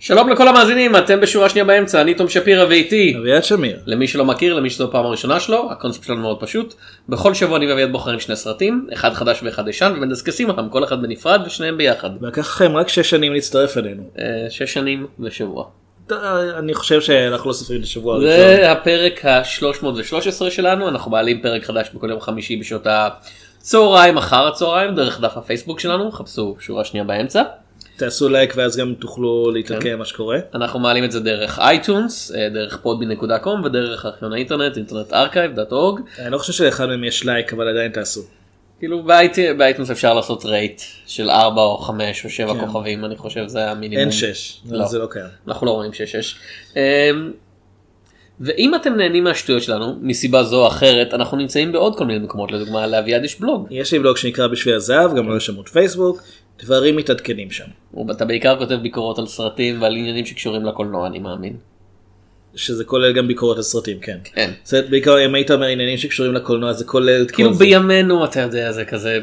שלום לכל המאזינים, אתם בשורה שנייה באמצע, אני תום שפירא ואיתי. אביעד שמיר. למי שלא מכיר, למי שזו הפעם הראשונה שלו, הקונספט שלנו מאוד פשוט. בכל שבוע אני ואביעד בוחרים שני סרטים, אחד חדש ואחד ישן, ומדסקסים אותם, כל אחד בנפרד ושניהם ביחד. לקח לכם רק שש שנים להצטרף אלינו. אה, שש שנים ושבוע. אתה- אני חושב שאנחנו לא סופרים את השבוע הראשון. זה הפרק ה-313 שלנו, אנחנו מעלים פרק חדש בכל יום חמישי בשעות הצהריים, אחר הצהריים, דרך דף הפייסבוק שלנו, חפשו שורה שנייה באמצע. תעשו לייק ואז גם תוכלו להתעדכן כן. מה שקורה. אנחנו מעלים את זה דרך אייטונס, אה, דרך podby.com ודרך ארכיון האינטרנט, אינטרנט ארכייב, .org. אני לא חושב שלאחד מהם יש לייק אבל עדיין תעשו. כאילו באייט- באייטונס אפשר לעשות רייט של 4 או 5 או 7 כן. כוכבים, אני חושב זה המינימום. אין שש. לא. זה לא קיים. אנחנו לא רואים שיש 6. ואם אתם נהנים מהשטויות שלנו, מסיבה זו או אחרת, אנחנו נמצאים בעוד כל מיני מקומות, לדוגמה לאביעד יש בלוג, יש לי בלוג שנקרא בשביל הזהב, גם לו יש עמוד פייסבוק, דברים מתעדכנים שם. הוא- אתה בעיקר כותב ביקורות על סרטים ועל עניינים שקשורים לקולנוע, אני מאמין. שזה כולל גם ביקורת על סרטים, כן. כן. זה בעיקר אם היית אומר עניינים שקשורים לקולנוע זה כולל את כל כאילו זה. בימינו אתה יודע זה כזה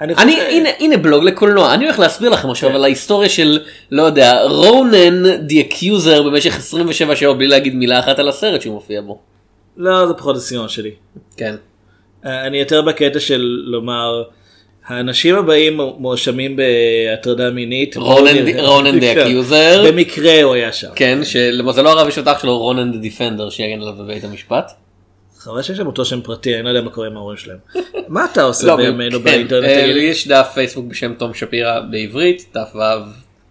אני חושב אני ש- כן. הנה הנה בלוג לקולנוע אני הולך להסביר לכם עכשיו על ההיסטוריה של לא יודע רונן די אקיוזר במשך 27 שעות בלי להגיד מילה אחת על הסרט שהוא מופיע בו. לא זה פחות הסגנון שלי. כן. אה, אני יותר בקטע של לומר, האנשים הבאים מואשמים בהטרדה מינית. רונן די- רונן די כן. אקיוזר. במקרה הוא היה שם. כן שלמזלו הרב יש את אח שלו רונן דה דיפנדר שיגן עליו בבית המשפט. חבל שיש להם אותו שם פרטי, אני לא יודע מה קורה עם ההורים שלהם. מה אתה עושה לא, בימינו כן. באינטרנט? אה, תגיד לי לי? יש דף פייסבוק בשם תום שפירא בעברית תו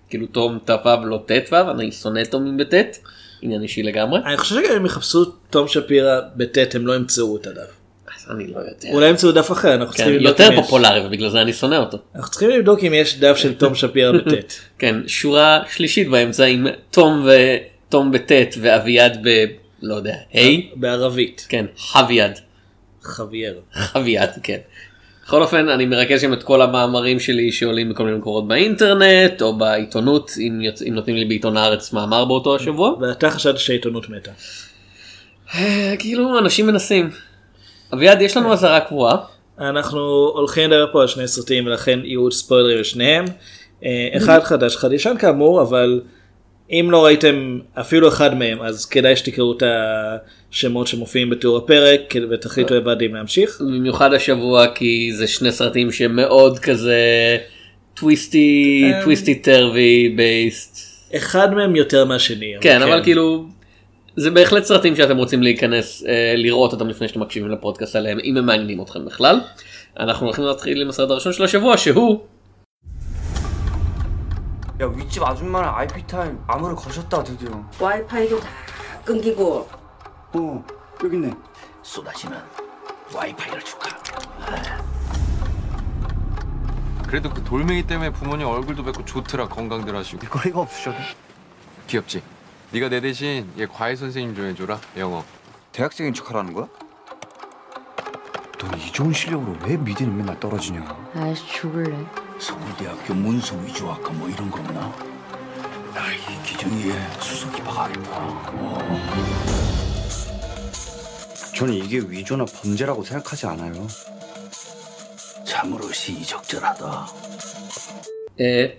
כאילו תום תו לא טו אני שונא תומים בטית עניין אישי לגמרי. אני חושב שגם אם יחפשו תום שפירא בטט הם לא ימצאו את הדף. אז אני לא יודע. אולי ימצאו דף אחר, אנחנו כן, צריכים לבדוק יותר אם יש. פופולרי ובגלל זה אני שונא אותו. אנחנו צריכים לבדוק אם יש דף של תום שפירא בטט. כן, שורה שלישית באמצע עם תום ותום בטית ואביעד ב... לא יודע, היי? בערבית. כן, חביעד. חוויאר. חביעד, כן. בכל אופן, אני מרכז שם את כל המאמרים שלי שעולים בכל מיני מקומות באינטרנט, או בעיתונות, אם, יוצ... אם נותנים לי בעיתון הארץ מאמר באותו השבוע. ואתה חשבת שהעיתונות מתה. אה, כאילו, אנשים מנסים. אביעד, יש לנו אזהרה קבועה. אנחנו הולכים לדבר פה על שני סרטים ולכן יהיו ספוילרים לשניהם. אה, אחד חדש, אחד ישן כאמור, אבל אם לא ראיתם אפילו אחד מהם אז כדאי שתקראו את השמות שמופיעים בתיאור הפרק כדי- ותחליטו לבד אם להמשיך. במיוחד השבוע, כי זה שני סרטים שמאוד כזה טוויסטי, אה, טוויסטי טרווי בייסט. אחד מהם יותר מהשני. כן אבל כאילו זה בהחלט סרטים שאתם רוצים להיכנס אה, לראות אותם לפני שאתם מקשיבים לפודקאסט עליהם אם הם מעניינים אתכם בכלל. אנחנו הולכים להתחיל עם הסרט הראשון של השבוע שהוא 야 윗집 아줌마랑 IP 타임 암호를 거셨다 드디어. 와이파이도 다 끊기고 어 여기 있네. 쏟아지는 와이파이를 줄까? 그래도 그 돌멩이 때문에 부모님 얼굴도 뵙고 좋더라 건강들 하시고 거리가 없으셔도 귀엽지? 네가 내 대신 얘 과외 선생님 좀 해줘라 영어 대학생인 척하라는 거야? 너 이 좋은 실력으로 왜 미대는 맨날 떨어지냐? 아이씨 죽을래 서울대학교 문서 위조학과 뭐 이런 거 없나? 나 이 기정이에 수석이 박아겠다 저는 이게 위조나 범죄라고 생각하지 않아요. 참으로시 이적절하다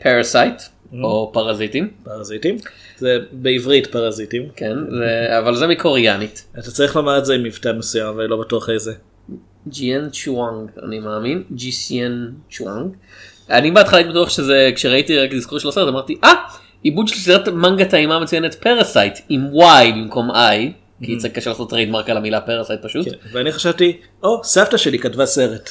פרסייט אה, או פרזיטים פרזיטים. זה בעברית פרזיטים. כן זה- אבל זה מקוריאנית. אתה צריך לומר את זה עם מבטא מסוים אבל אני לא בטוח איזה. ג'יאן צ'ואנג אני מאמין ג'יסיאן צ'ואנג. אני בהתחלה הייתי בטוח שזה כשראיתי רק אזכור של הסרט אמרתי אה עיבוד של סרט מנגה טעימה מצוינת פרסייט עם y במקום i כי זה קשה לעשות טריידמרק על המילה פרסייט פשוט. כן. ואני חשבתי או סבתא שלי כתבה סרט.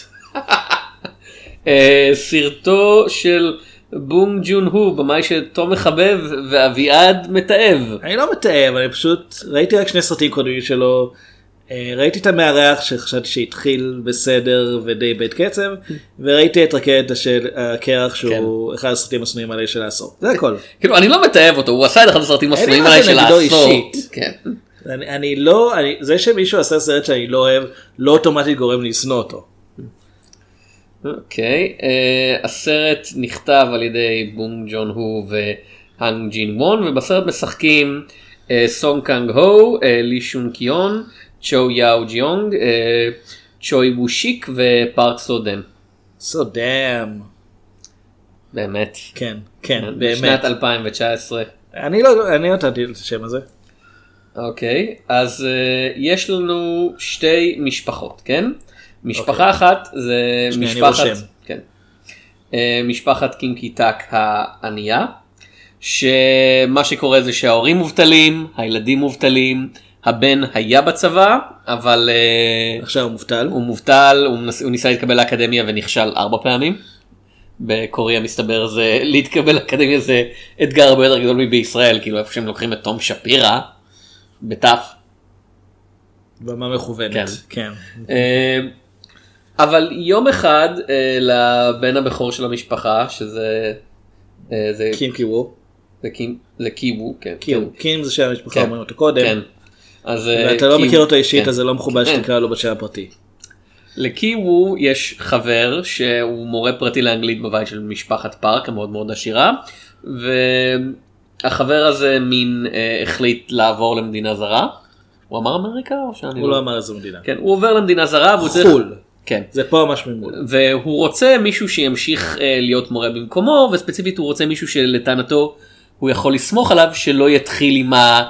אה, סרטו של בונג ג'ון הו במאי שתום מחבב ואביעד מתעב. אני לא מתאם, אני פשוט ראיתי רק שני סרטים קודמים שלו. אה, ראיתי את המארח שחשבתי שהתחיל בסדר ודי בית קצב, וראיתי את רכבת השל הקרח שהוא אחד הסרטים השנואים עליי של העשור. זה הכל. כאילו כן. אני לא מתעב אותו הוא עשה את אחד הסרטים לי הסרטים מה עליי זה של נגדו העשור. אישית. כן. אני, אני לא, אני, זה שמישהו עשה סרט שאני לא אוהב, לא אוטומטית גורם לי לשנוא אותו. אוקיי אה, הסרט נכתב על ידי בונג ג'ון הו והאנג ג'ין וון ובסרט משחקים אה, סונג קאנג הו אה, לי שון קיון צ'ו יאו ג'יונג אה, צ'וי וושיק ופארק סודן. So damn. באמת. כן, כן, בשנת באמת. 2019. אני לא, אני לא נתתי את השם הזה. אוקיי, אז אה, יש לנו שתי משפחות, כן? משפחה אחת זה אוקיי. שנייה, אני משפחת... רושם. כן. אה, משפחת קימקיטק הענייה, שמה שקורה זה שההורים מובטלים, הילדים מובטלים, הבן היה בצבא, אבל אה, עכשיו הוא מובטל. הוא מובטל, הוא, מנס, הוא ניסה להתקבל לאקדמיה ונכשל ארבע פעמים. בקוריאה מסתבר זה להתקבל לאקדמיה זה אתגר הרבה יותר גדול מבישראל, כאילו איפה שהם לוקחים את תום שפירא, בתף. במה מכוונת. כן. כן. כן. אה, אבל יום אחד אה, לבן הבכור של המשפחה, שזה... אה, זה, קים קיוו. זה, קים, זה קיוו, כן. קיו. קים זה שם המשפחה כן. אומרים אותו קודם. כן. אז, אה, ואתה לא קיו- מכיר אותו אישית כן. אז זה לא מכובד כן. שתקרא לו בשם הפרטי. לקיוו יש חבר שהוא מורה פרטי לאנגלית בבית של משפחת פארק המאוד מאוד עשירה והחבר הזה מין אה, החליט לעבור למדינה זרה. הוא אמר אמריקה או שאני הוא לא אמר איזו מדינה. כן, הוא עובר למדינה זרה והוא צריך... חו"ל. כן. זה פה ממש ממול. והוא רוצה מישהו שימשיך אה, להיות מורה במקומו וספציפית הוא רוצה מישהו שלטענתו הוא יכול לסמוך עליו שלא יתחיל עם ה...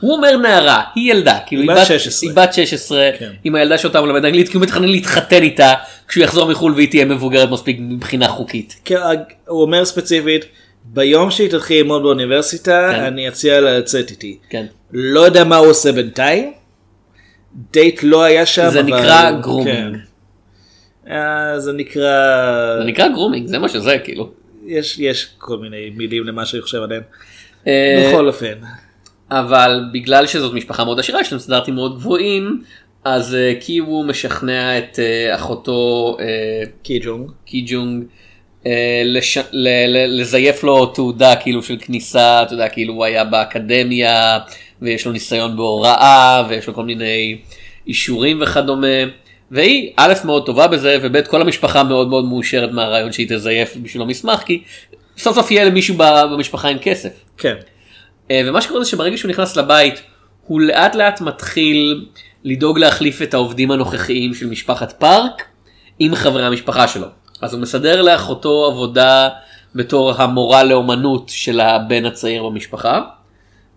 הוא אומר נערה, היא ילדה, כאילו היא בת 16. היא בת 16, כן. עם הילדה שאותה הוא מלמד אנגלית, כי הוא מתכנן להתחתן איתה כשהוא יחזור מחו"ל והיא תהיה מבוגרת מספיק מבחינה חוקית. כי ה- כן, אה, הוא אומר ספציפית ביום שהיא תתחיל ללמוד כן. באוניברסיטה אני אציע לה לצאת איתי. כן. לא יודע מה הוא עושה בינתיים. דייט לא היה שם. זה אבל- נקרא grooming. כן. אה, זה נקרא... זה נקרא גרומינג, זה מה שזה כאילו. יש יש כל מיני מילים למה שאני חושב עליהם. אה, בכל אופן. אבל בגלל שזאת משפחה מאוד עשירה יש להם סטנדרטים מאוד גבוהים, אז אה, קיוו משכנע את אה, אחותו אה, קי ג'ונג. קי ג'ונג אה, לש... ל... ל... לזייף לו תעודה כאילו של כניסה, אתה יודע, כאילו הוא היה באקדמיה ויש לו ניסיון בהוראה ויש לו כל מיני אישורים וכדומה. והיא א' מאוד טובה בזה וב' כל המשפחה מאוד מאוד מאושרת מהרעיון שהיא תזייף בשביל המסמך כי סוף סוף יהיה למישהו ב- במשפחה עם כסף. כן. אה, ומה שקורה זה שברגע שהוא נכנס לבית הוא לאט לאט מתחיל לדאוג להחליף את העובדים הנוכחיים של משפחת פארק עם חברי המשפחה שלו. אז הוא מסדר לאחותו עבודה בתור המורה לאומנות של הבן הצעיר במשפחה,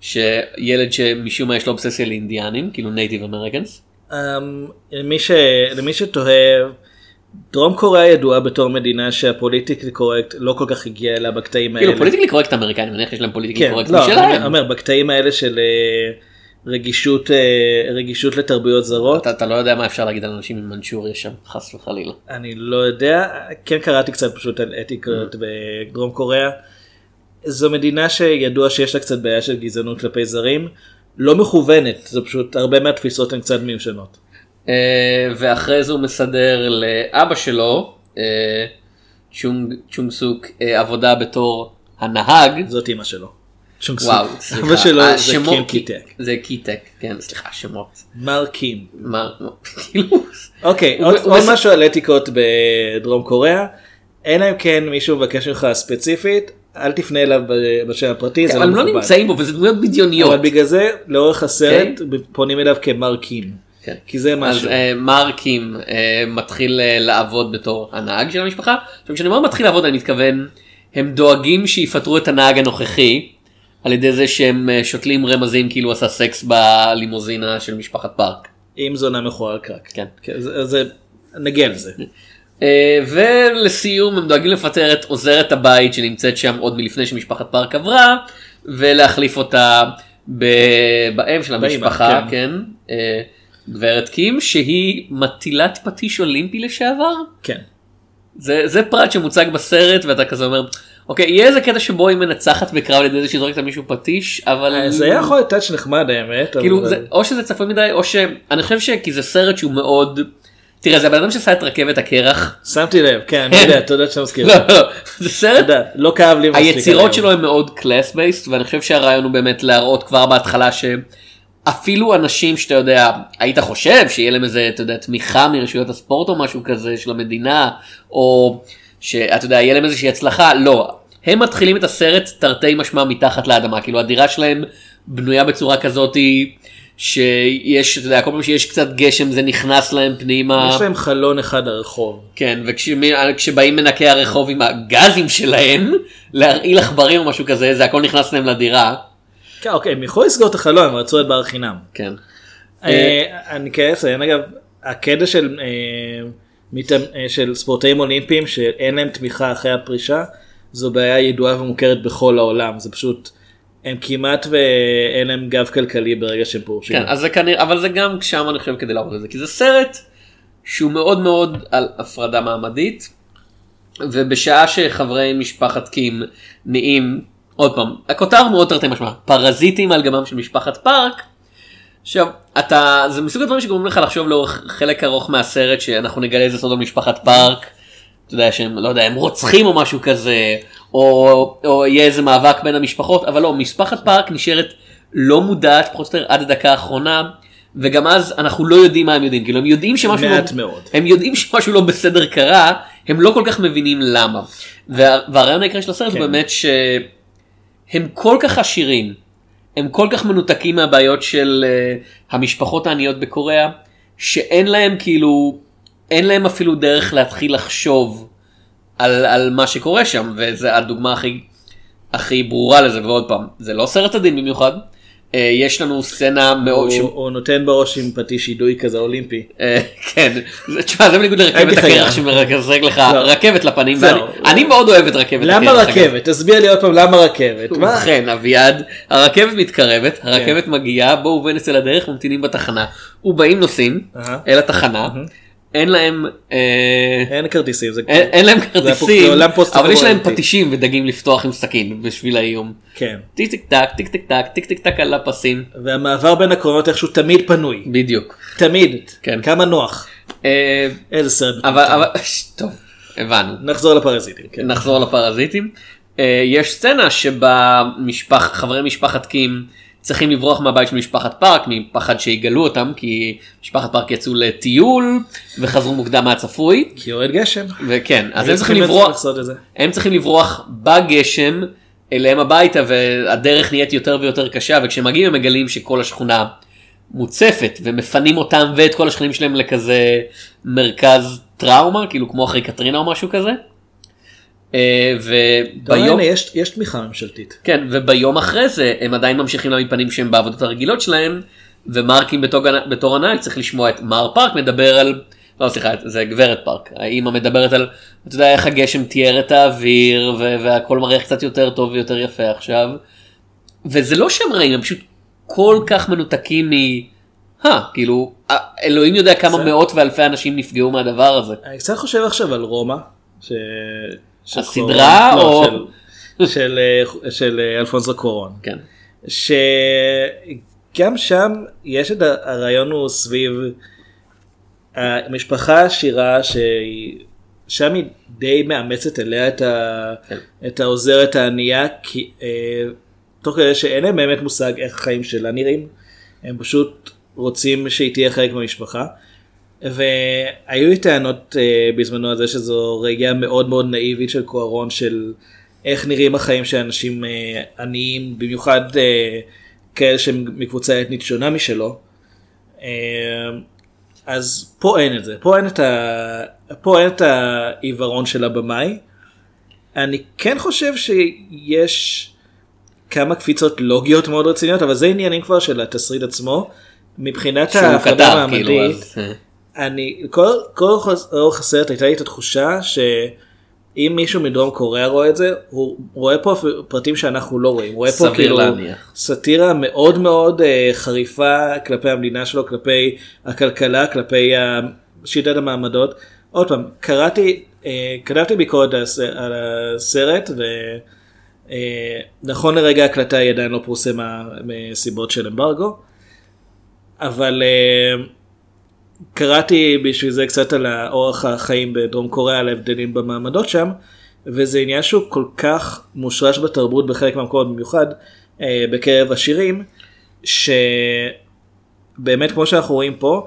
שילד שמשום מה יש לו אובססיה לאינדיאנים, כאילו נייטיב אמריקנס. אמ, למי, ש... למי שתוהה, דרום קוריאה ידועה בתור מדינה שהפוליטיקלי קורקט לא כל כך הגיע אליה בקטעים האלה. כאילו פוליטיקלי קורקט אמריקני, מניח שיש להם פוליטיקלי אה, כן, קורקט לא, אני משלהם. אומר, בקטעים האלה של אה, רגישות, אה, רגישות לתרבויות זרות, אתה- אתה לא יודע מה אפשר להגיד על אנשים עם מנצ'וריה שם, חס וחלילה. אני לא יודע, כן קראתי קצת פשוט על אתיקות Mm. בדרום קוריאה. זו מדינה שידוע שיש לה קצת בעיה של גזענות כלפי זרים, לא מכוונת, זו פשוט, הרבה מהתפיסות הן קצת מיושנות. אה, ואחרי זה הוא מסדר לאבא שלו, אה, צ'ונג, צ'ונג סוק, אה, עבודה בתור הנהג. זאת אימא שלו. שונג סוק. וואו, אבא סליחה, אה, שלו זה השמות- קים קיטק. זה קיטק, כן, סליחה, שמות. מר קים. מה, מה, כאילו, אוקיי, הוא- עוד הוא עוד מס- משהו על אתיקות בדרום קוריאה, אלא אם כן מישהו מבקש ממך ספציפית, אל תפנה אליו ב- בשם הפרטי, זה אבל לא הם לא מכובד. נמצאים בו, וזה דמויות בדיוניות. אבל בגלל זה לאורך הסרט פונים אליו כמר קים. כן. כי זה אז משהו. אה, מרקים אה, מתחיל אה, לעבוד בתור הנהג של המשפחה. עכשיו כשאני אומר מתחיל לעבוד אני מתכוון הם דואגים שיפטרו את הנהג הנוכחי על ידי זה שהם אה, שותלים רמזים כאילו הוא עשה סקס בלימוזינה של משפחת פארק. אם זונה מכוער קרק. כן. זה, זה, נגיע לזה. אה, ולסיום הם דואגים לפטר את עוזרת הבית שנמצאת שם עוד מלפני שמשפחת פארק עברה ולהחליף אותה ב- באם של באמא, המשפחה, כן. כן, אה, גברת קים שהיא מטילת פטיש אולימפי לשעבר. כן. זה, זה פרט שמוצג בסרט ואתה כזה אומר אוקיי יהיה איזה קטע שבו היא מנצחת בקרב על ידי זה שהיא זורקת על מישהו פטיש אבל אה, זה היה יכול להיות טאץ' נחמד האמת. כאילו אבל- זה, או שזה צפוי מדי או שאני חושב שכי זה סרט שהוא מאוד תראה זה הבן אדם שעשה את רכבת הקרח שמתי לב, כן, אני יודע, תודה שאתה מזכיר. לא, לא, זה סרט תודה, לא כאב לי מספיק היצירות היום. שלו הן מאוד קלאס בייסט ואני חושב שהרעיון הוא באמת להראות כבר בהתחלה שאפילו אנשים שאתה יודע היית חושב שיהיה להם איזה אתה יודע תמיכה מרשויות הספורט או משהו כזה של המדינה או שאתה יודע יהיה להם איזושהי הצלחה לא הם מתחילים את הסרט תרתי משמע מתחת לאדמה כאילו הדירה שלהם בנויה בצורה כזאתי שיש, אתה יודע, כל פעם שיש קצת גשם זה נכנס להם פנימה. יש להם חלון אחד לרחוב. כן, וכשבאים מנקי הרחוב עם הגזים שלהם, להרעיל עכברים או משהו כזה, זה הכל נכנס להם לדירה. כן, אוקיי, הם יכולים לסגור את החלון, אבל רצו את בר חינם. כן. אה, אני כעת אציין אגב, הקטע של, אה, מתאמ- אה, של ספורטאים אולימפיים שאין להם תמיכה אחרי הפרישה, זו בעיה ידועה ומוכרת בכל העולם, זה פשוט, הם כמעט ואין להם גב כלכלי ברגע שהם פורשים. כן, אז זה כנראה, אבל זה גם שם אני חושב כדי להראות את זה, כי זה סרט שהוא מאוד מאוד על הפרדה מעמדית, ובשעה שחברי משפחת קים נהיים, עוד פעם, הכותר מאוד תרתי משמע, פרזיטים על גבם של משפחת פארק, עכשיו, אתה, זה מסוג הדברים שגורמים לך לחשוב לאורך חלק ארוך מהסרט שאנחנו נגלה איזה סוד על משפחת פארק. אתה יודע שהם, לא יודע, הם רוצחים או משהו כזה, או, או יהיה איזה מאבק בין המשפחות, אבל לא, משפחת פארק נשארת לא מודעת פחות או יותר עד הדקה האחרונה, וגם אז אנחנו לא יודעים מה הם יודעים, כאילו הם יודעים שמשהו, מעט לא, מאוד. הם יודעים שמשהו לא בסדר קרה, הם לא כל כך מבינים למה. וה, והרעיון העיקרי של הסרט כן. הוא באמת ש... הם כל כך עשירים, הם כל כך מנותקים מהבעיות של uh, המשפחות העניות בקוריאה, שאין להם כאילו, אין להם אפילו דרך להתחיל לחשוב על, על מה שקורה שם, וזו הדוגמה הכי, הכי ברורה לזה, ועוד פעם, זה לא סרט עדין במיוחד, uh, יש לנו סצנה מאוד, הוא, ש... הוא נותן בראש עם פטיש אידוי כזה אולימפי. אה, כן, זה- תשמע זה בניגוד לרכבת הייתי הקרח חייב. שמרזק לך לא. רכבת לפנים, זהו. ואני- אני מאוד אוהב את רכבת הקרח. למה אגב. רכבת? תסביר לי עוד פעם למה רכבת. מה? כן. ובכן אביעד, הרכבת מתקרבת, הרכבת מגיעה, בואו ונצא לדרך, ממתינים בתחנה. ובאים נוסעים אהה. אל התחנה, אין להם... אה, אין כרטיסים. זה... אין אין להם הפוק- זה כרטיסים, עולם פוסט-טרור אבל יש להם אמיתי. פטישים ודגים לפתוח עם סכין בשביל האיום. כן. טיק טיק טק, טיק טיק טק, טיק טיק טק על הפסים. והמעבר בין הקרונות איכשהו תמיד פנוי. בדיוק. תמיד. כן. כמה נוח. אה, איזה סרט. אבל, אבל, טוב, הבנו. נחזור לפרזיטים. כן. נחזור לפרזיטים. אה, יש סצנה שבה משפח, חברי משפחת קים צריכים לברוח מהבית של משפחת פארק מפחד שיגלו אותם כי משפחת פארק יצאו לטיול וחזרו מוקדם מהצפוי כי יורד גשם. וכן אז הם היו צריכים בעצם לברוח לעשות את זה. הם צריכים לברוח בגשם אליהם הביתה והדרך נהיית יותר ויותר קשה וכשהם מגיעים הם מגלים שכל השכונה מוצפת ומפנים אותם ואת כל השכנים שלהם לכזה מרכז טראומה כאילו כמו אחרי קטרינה או משהו כזה. אה, טוב, וביום הנה, יש- יש תמיכה ממשלתית. כן וביום אחרי זה הם עדיין ממשיכים למפנים שהם בעבודות הרגילות שלהם ומרקים בתור, בתור הנהג צריך לשמוע את מר פארק מדבר על. לא סליחה זה גברת פארק האימא מדברת על אתה יודע איך הגשם טייר את האוויר ו- והכל מריח קצת יותר טוב ויותר יפה עכשיו. וזה לא שהם רעים הם פשוט כל כך מנותקים מ... הא, כאילו אה, אלוהים יודע כמה זה- מאות ואלפי אנשים נפגעו מהדבר הזה. אני קצת חושב עכשיו על רומא. ש- של הסדרה קורון. לא, או- של- של, אה, של אה, אלפונסו קורון. כן. שגם שם יש את ה- הרעיון הוא סביב המשפחה העשירה שהיא שם היא די מאמצת אליה את, ה... כן. את העוזרת הענייה כי אה, תוך כדי שאין להם באמת מושג איך החיים שלה נראים הם פשוט רוצים שהיא תהיה חלק מהמשפחה. והיו לי טענות אה, בזמנו על זה שזו ראייה מאוד מאוד נאיבית של קוארון של איך נראים החיים של אנשים אה, עניים, במיוחד אה, כאלה שהם מקבוצה אתנית שונה משלו. אה, אז פה אין את זה, פה אין את, ה... פה אין את העיוורון של הבמאי. אני כן חושב שיש כמה קפיצות לוגיות מאוד רציניות, אבל זה עניינים כבר של התסריט עצמו. מבחינת שהוא ההפרדה כתב כאילו המעמדית, אז. אה. אני כל כל אורך- אורך הסרט הייתה לי את התחושה שאם מישהו מדרום קוריאה רואה את זה הוא רואה פה פרטים שאנחנו לא רואים הוא רואה פה סביר כאילו להניח. סאטירה מאוד מאוד אה, חריפה כלפי המדינה שלו כלפי הכלכלה כלפי ה- שיטת המעמדות עוד פעם קראתי אה, כתבתי ביקורת על הס- על הסרט ו... אה, נכון לרגע ההקלטה היא עדיין לא פורסמה מסיבות של אמברגו, אבל אה, קראתי בשביל זה קצת על אורח החיים בדרום קוריאה, על ההבדלים במעמדות שם, וזה עניין שהוא כל כך מושרש בתרבות בחלק מהמקומות, במיוחד אה, בקרב עשירים, שבאמת כמו שאנחנו רואים פה,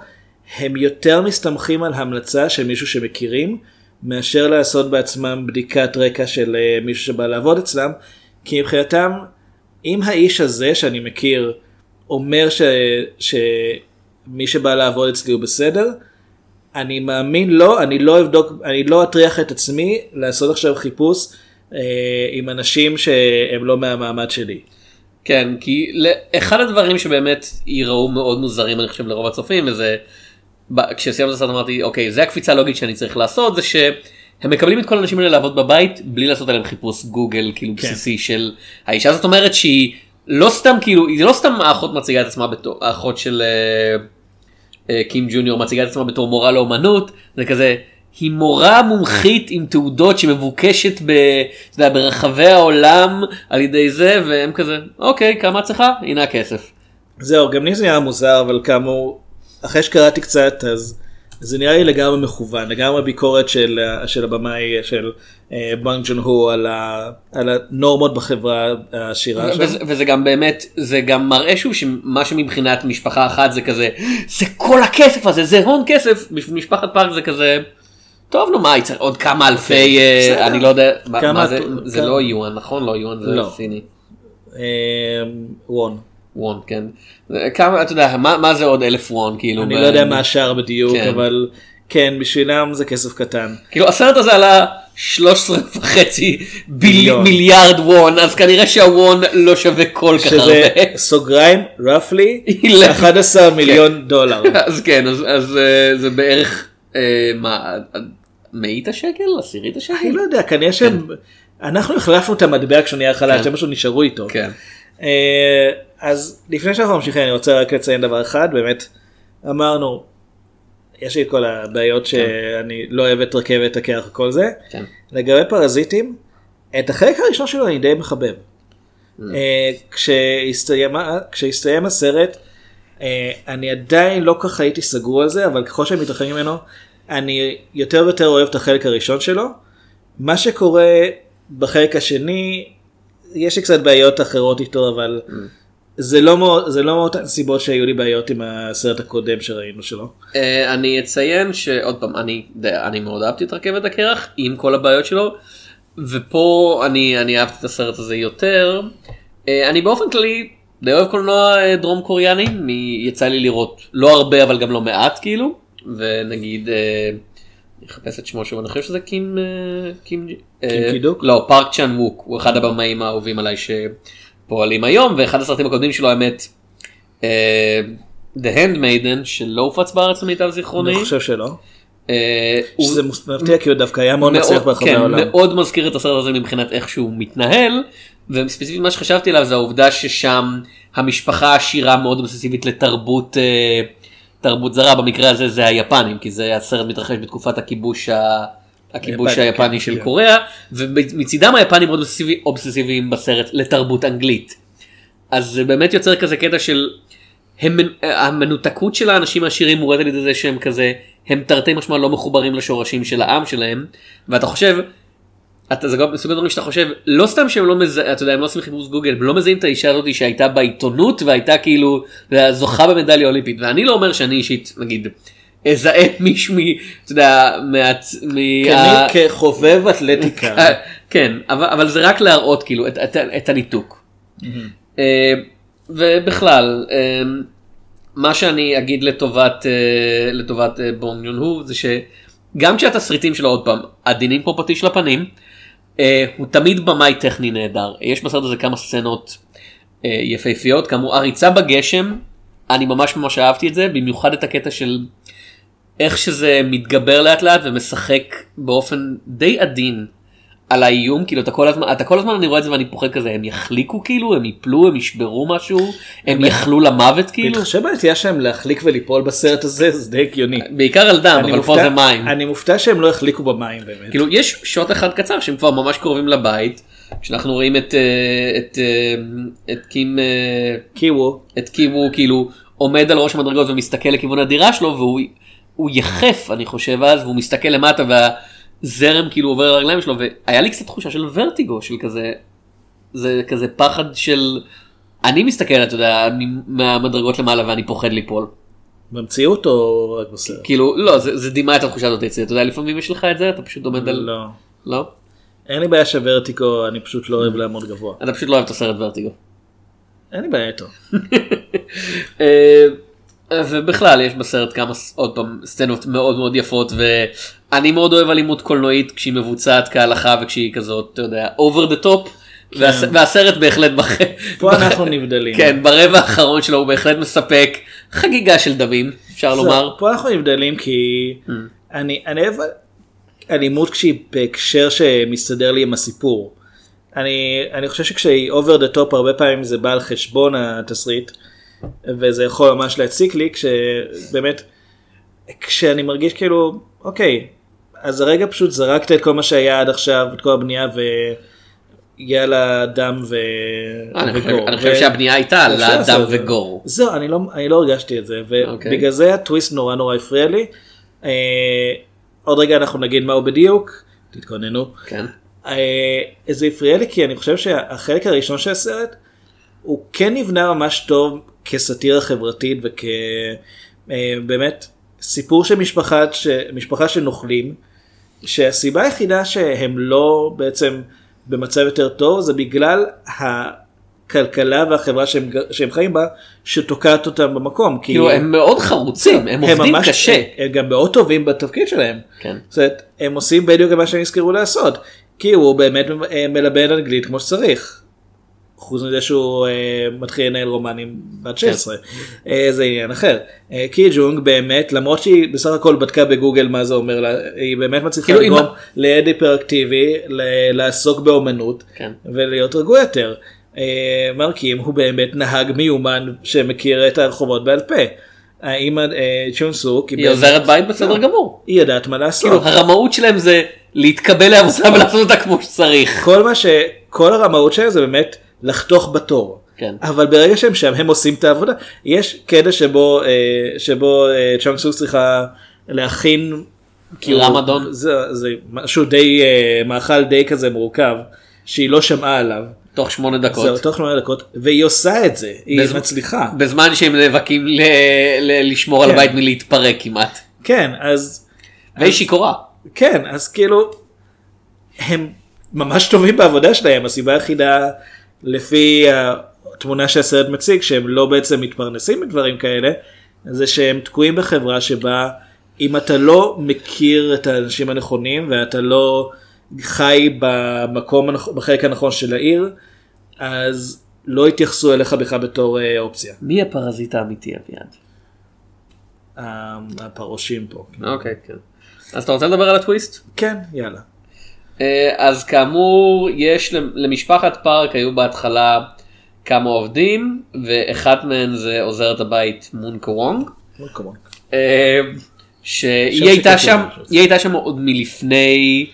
הם יותר מסתמכים על המלצה של מישהו שמכירים, מאשר לעשות בעצמם בדיקת רקע של אה, מישהו שבא לעבוד אצלם, כי מבחינתם, אם האיש הזה שאני מכיר, אומר ש, שמי שבא לעבוד אצלי הוא בסדר, אני מאמין לו, אני לא אבדוק, אני לא אטריח את עצמי לעשות עכשיו חיפוש אה, עם אנשים שהם לא מהמעמד שלי. כן, כי ל- אחד הדברים שבאמת ייראו מאוד מוזרים, אני חושב, לרוב הצופים, וזה, ב- כשסיימתי את הסרט אמרתי, אוקיי, זה הקפיצה הלוגית שאני צריך לעשות, זה שהם מקבלים את כל האנשים האלה לעבוד בבית, בלי לעשות עליהם חיפוש גוגל, כאילו בסיסי של האישה. זאת אומרת שהיא לא סתם, כאילו, היא לא סתם האחות מציגה את עצמה בתור, האחות של אה, אה, קים ג'וניור מציגה את עצמה בתור מורה לאומנות, זה כזה. היא מורה מומחית עם תעודות שמבוקשת ב, אתה יודע, ברחבי העולם על ידי זה והם כזה אוקיי כמה את צריכה הנה הכסף. זהו, גם לי זה נראה מוזר, אבל כאמור, אחרי שקראתי קצת, אז זה נראה לי לגמרי מכוון, לגמרי ביקורת של, ה- של הבמאי אה, של אה, בנג ג'ון הו על, ה, על הנורמות בחברה העשירה וזה, שם. וזה גם באמת זה גם מראה שוב שמה שמבחינת משפחה אחת זה כזה זה כל הכסף הזה זה הון כסף בשביל משפחת פארק זה כזה. טוב נו מה יצא עוד כמה אלפי אה, אוקיי, בסדר. אני לא יודע מה- כמה- מה זה זה כמה- לא יואן נכון לא יואן זה לא. סיני. אה, וון. וון כן. זה כמה אתה יודע מה, מה זה עוד אלף וון כאילו. אני ב- לא יודע מה השער בדיוק, כן. אבל כן, בשבילם זה כסף קטן. כאילו הסרט הזה עלה 13 וחצי ביל... מיליון. מיליארד וון אז כנראה שהוון לא שווה כל כך שזה הרבה. לא- כן. סוגריים, roughly, אילן. 11 מיליון דולר. אז כן אז, אז אה, זה בערך אה, מה אה, מאית השקל עשירית אני השקל. לא יודע, כנראה שהם... אנחנו החלפנו את המטבע כשהוא נהיה חלש, הם פשוט נשארו איתו. כן. אה, אז לפני שאנחנו ממשיכים אני רוצה רק לציין דבר אחד באמת אמרנו יש לי את כל הבעיות שאני לא אוהב את רכבת הקרח וכל זה כן. לגבי פרזיטים את החלק הראשון שלו אני די מחבב. Mm. אה, כשהסתיים ה- כשהסתיים הסרט אה, אני עדיין לא כך הייתי סגור על זה אבל ככל שאני מתרחק ממנו אני יותר ויותר אוהב את החלק הראשון שלו. מה שקורה בחלק השני יש לי קצת בעיות אחרות איתו אבל Mm. זה לא מאו- זה לא מאותן סיבות שהיו לי בעיות עם הסרט הקודם שראינו שלו. אה, אני אציין שעוד פעם אני אני מאוד אהבתי את רכבת הקרח עם כל הבעיות שלו ופה אני אני אהבתי את הסרט הזה יותר. אה, אני באופן כללי די אוהב קולנוע אה, דרום קוריאני מ- יצא לי לראות לא הרבה אבל גם לא מעט כאילו ונגיד. אה, אני אחפש את שמו שוב, אני חושב שזה קים... אה, קים ג'י- אה, קידוק? לא, פארק צ'אן ווק, הוא אחד הבמאים האהובים עליי שפועלים היום, ואחד הסרטים הקודמים שלו, האמת, אה, The Handmaiden, שלא הופץ בארץ למיטב זיכרוני. אני חושב שלא. אה, הוא שזה מוס- מפתיע כי הוא דווקא היה מאוד מצליח ברחבי כן, העולם. מאוד מזכיר את הסרט הזה מבחינת איך שהוא מתנהל, וספציפית מה שחשבתי עליו זה העובדה ששם המשפחה עשירה מאוד אובססיבית לתרבות אה, תרבות זרה, במקרה הזה זה היפנים, כי זה הסרט מתרחש בתקופת הכיבוש ה... הכיבוש היפני, היפני כן, של כן. קוריאה, ומצידם היפנים מאוד אובססיבי- אובססיביים בסרט לתרבות אנגלית. אז זה באמת יוצר כזה קטע של הם, אה, המנותקות של האנשים העשירים מורדת על ידי זה שהם כזה, הם תרתי משמע לא מחוברים לשורשים של העם שלהם, ואתה חושב, אתה, זה גם מסוג הדברים שאתה חושב, לא סתם שהם לא מזהים, אתה יודע, הם לא עושים חיפוש גוגל, הם לא מזהים את האישה הזאת שהייתה בעיתונות והייתה כאילו, אתה יודע, זוכה במדליה אולימפית, ואני לא אומר שאני אישית, נגיד, אזהה מישהו מ... אתה יודע, מה... כי מה... אני כחובב אתלטיקה. אה, כן, אבל, אבל זה רק להראות כאילו את, את, את הניתוק. אה, ובכלל, אה, מה שאני אגיד לטובת, אה, לטובת אה, בונג יון הו זה שגם כשהתסריטים שלו עוד פעם עדינים פה פטיש לפנים, אה, הוא תמיד במאי טכני נהדר. יש בסרט הזה כמה סצנות אה, יפהפיות, כאמור הריצה בגשם, אני ממש ממש אהבתי את זה, במיוחד את הקטע של איך שזה מתגבר לאט לאט ומשחק באופן די עדין על האיום כאילו אתה כל הזמן אתה כל הזמן אני רואה את זה ואני פוחד כזה הם יחליקו כאילו הם יפלו הם ישברו משהו הם יחלו למוות כאילו בהתחשב בנטייה שלהם להחליק וליפול בסרט הזה זה די הגיוני. בעיקר על דם אני אבל פה מופתע- זה מים אני מופתע שהם לא החליקו במים באמת. כאילו יש שוט אחד קצר שהם כבר ממש קרובים לבית כשאנחנו רואים את אה, את אה, את קים אה, קיוו. את קים הוא כאילו עומד על ראש המדרגות ומסתכל לכיוון הדירה שלו והוא הוא יחף אני חושב אז והוא מסתכל למטה והזרם כאילו עובר על הרגליים שלו והיה לי קצת תחושה של ורטיגו של כזה זה כזה פחד של אני מסתכל אתה יודע מ- מהמדרגות למעלה ואני פוחד ליפול במציאות או רק בסרט? כאילו לא זה, זה דימה את התחושה הזאת אצלי אתה יודע לפעמים יש לך את זה אתה פשוט עומד על לא. לא אין לי בעיה שוורטיגו אני פשוט לא אוהב לעמוד גבוה. אתה פשוט לא אוהב את הסרט ורטיגו אין לי בעיה איתו. אה, ובכלל יש בסרט כמה ס- עוד פעם סצנות מאוד מאוד יפות ואני מאוד אוהב אלימות קולנועית כשהיא מבוצעת כהלכה וכשהיא כזאת אתה יודע over the top והס- והסרט בהחלט בח... כן. פה אנחנו נבדלים. כן ברבע האחרון שלו הוא בהחלט מספק חגיגה של דמים אפשר לומר. Mm. זהו, פה אנחנו נבדלים כי אני אני אוהב אלימות כשהיא בהקשר שמסתדר לי עם הסיפור. אני אני חושב שכשהיא over the top הרבה פעמים זה בא על חשבון התסריט וזה יכול ממש להציק לי כשבאמת כשאני מרגיש כאילו אוקיי אז הרגע פשוט זרקת את כל מה שהיה עד עכשיו את כל הבנייה ויאללה דם ו... אה, אני חושב- וגור. אני חושב ו- שהבנייה הייתה על אפשר האדם לעשות את זה. וגור. זהו, אני לא, אני לא הרגשתי את זה, אוקיי. ובגלל זה הטוויסט נורא נורא הפריע לי. אה, עוד רגע אנחנו נגיד מהו בדיוק, תתכוננו. כן. אה, זה הפריע לי כי אני חושב שהחלק הראשון של הסרט, הוא כן נבנה ממש טוב כסאטירה חברתית וכ... אה, באמת סיפור של משפחה, ש... משפחה של נוכלים, שהסיבה היחידה שהם לא בעצם במצב יותר טוב זה בגלל הכלכלה והחברה שהם, ג- שהם חיים בה שתוקעת אותם במקום. כי כאילו הם מאוד חרוצים הם עובדים כן, ממש- קשה. הם גם מאוד טובים בתפקיד שלהם. כן. זאת אומרת, הם עושים בדיוק את מה שהם נזכרו לעשות, כי הוא באמת אה, מלבן אנגלית כמו שצריך. חוץ מזה שהוא אה, מתחיל לנהל רומנים כן. בת 16, אה, זה עניין אחר. אה, קי ג'ונג באמת, למרות שהיא בסך הכל בדקה בגוגל מה זה אומר, לה, היא באמת מצליחה כאילו, אם לגרום ה- לילד היפראקטיבי ל- לעסוק באומנות כן. ולהיות רגוע יותר. אה, מרקים הוא באמת נהג מיומן שמכיר את הרחובות בעל פה. האמא אה, צ'ון סוק היא עוזרת בית לא. בסדר גמור. היא יודעת מה לעשות. כאילו הרמאות שלהם זה להתקבל לעבודה ולעשות אותה כמו שצריך. כל מה ש... כל הרמאות שלהם זה באמת לחתוך בתור. כן. אבל ברגע שהם שם הם עושים את העבודה. יש קטע שבו אה, שבו אה, צ'אנג סוק צריכה להכין כאילו, רמדאן. זה, זה משהו די אה, מאכל די כזה מורכב שהיא לא שמעה עליו. תוך שמונה זהו, דקות. תוך שמונה דקות והיא עושה את זה היא בזמן- מצליחה. בזמן שהם נאבקים ל- ל- לשמור על כן. הבית מלהתפרק כמעט. כן אז והיא שיכורה. כן אז כאילו הם ממש טובים בעבודה שלהם הסיבה היחידה לפי התמונה שהסרט מציג שהם לא בעצם מתפרנסים מדברים כאלה זה שהם תקועים בחברה שבה אם אתה לא מכיר את האנשים הנכונים ואתה לא חי במקום הנכון- בחלק הנכון של העיר אז לא יתייחסו אליך בכלל בתור אה, אופציה מי הפרזיט האמיתי אביעד? ה- הפרעושים אה, פה אוקיי, כן. אז אתה רוצה לדבר על הטוויסט? כן יאללה אה, אז כאמור יש למ- למשפחת פארק היו בהתחלה כמה עובדים ואחת מהן זה עוזרת הבית מונקה וונג. מקומון. אה, שם שהיא הייתה שכתוב שם, משהו. היא הייתה שם עוד מלפני,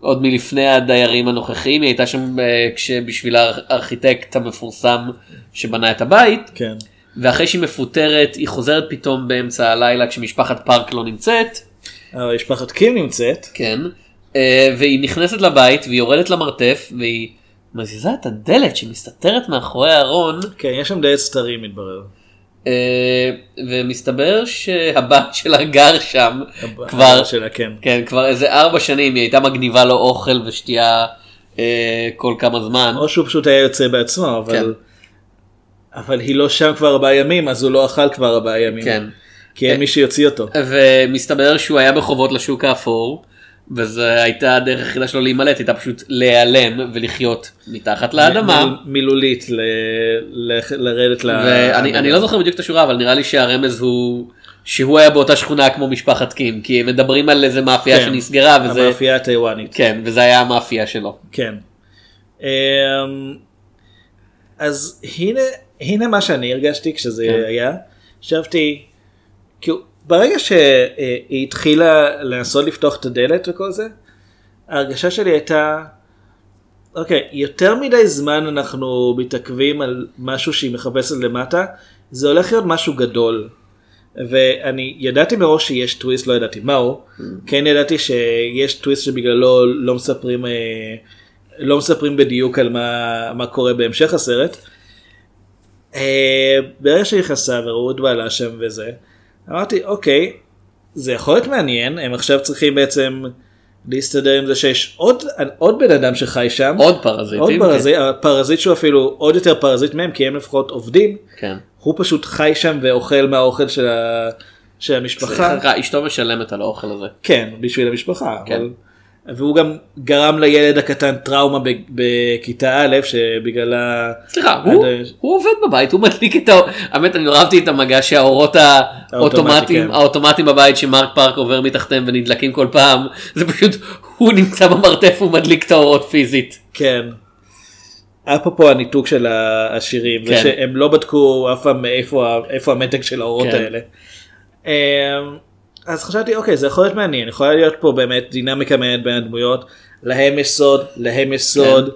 עוד מלפני הדיירים הנוכחיים, היא הייתה שם אה, כשבשביל הארכיטקט המפורסם שבנה את הבית, כן ואחרי שהיא מפוטרת היא חוזרת פתאום באמצע הלילה כשמשפחת פארק לא נמצאת, אבל אה, משפחת קים נמצאת כן, אה, והיא נכנסת לבית והיא יורדת למרתף והיא מזיזה את הדלת שמסתתרת מאחורי הארון, כן, יש שם די סתרים מתברר. אה, ומסתבר שהבת שלה גר שם כבר הבעיה שלה, כן. כן, כבר איזה ארבע שנים היא הייתה מגניבה לו אוכל ושתייה אה, כל כמה זמן. או שהוא פשוט היה יוצא בעצמו, אבל... אבל היא לא שם כבר ארבעה ימים, אז הוא לא אכל כבר ארבעה ימים. כן. כי אין מי שיוציא אותו. ומסתבר שהוא היה בחובות לשוק האפור, וזו הייתה הדרך היחידה שלו להימלט, הייתה פשוט להיעלם ולחיות מתחת לאדמה. מ- מילולית ל... ל- לרדת ל... ואני אני לא זוכר בדיוק את השורה, אבל נראה לי שהרמז הוא שהוא היה באותה שכונה כמו משפחת קים, כי הם מדברים על איזה מאפייה כן. שנסגרה, וזה... המאפייה הטיוואנית. כן, וזה היה המאפייה שלו. כן. אמ, אז הנה, הנה מה שאני הרגשתי כשזה כן. היה. חשבתי, כאילו, ברגע שהיא התחילה לנסות לפתוח את הדלת וכל זה, ההרגשה שלי הייתה, אוקיי, יותר מדי זמן אנחנו מתעכבים על משהו שהיא מחפשת למטה, זה הולך להיות משהו גדול. ואני ידעתי מראש שיש טוויסט, לא ידעתי מהו, כן ידעתי שיש טוויסט שבגללו לא מספרים, אה, לא מספרים בדיוק על מה, מה קורה בהמשך הסרט. אה, ברגע שהיא נכנסה וראו את בעלה שם וזה, אמרתי אוקיי, זה יכול להיות מעניין, הם עכשיו צריכים בעצם להסתדר עם זה שיש עוד, עוד בן אדם שחי שם, עוד פרזיטים. אה? עוד כן. פרזיט, הפרזיט שהוא אפילו עוד יותר פרזיט מהם כי הם לפחות עובדים, כן. הוא פשוט חי שם ואוכל מהאוכל של, ה... של המשפחה, סליחה, אשתו משלמת על האוכל הזה. כן בשביל המשפחה, כן. אבל... והוא גם גרם לילד הקטן טראומה ב... בכיתה א' שבגללה סליחה, הוא, עד, אה, הוא עובד בבית, הוא מדליק את ה... האמת, אני לא אהבתי את המגע שהאורות האוטומטי, האוטומטיים, כן. האוטומטיים בבית שמרק פארק עובר מתחתיהם ונדלקים כל פעם, זה פשוט, הוא נמצא במרתף, הוא מדליק את האורות פיזית. כן. אפרופו הניתוק של העשירים, זה כן. שהם לא בדקו אף פעם איפה, ה- איפה המתג של האורות כן. האלה. אמ, אז חשבתי אוקיי זה יכול להיות מעניין, יכולה להיות פה באמת דינמיקה מעניינת בין הדמויות, להם יש סוד, להם כן. יש סוד,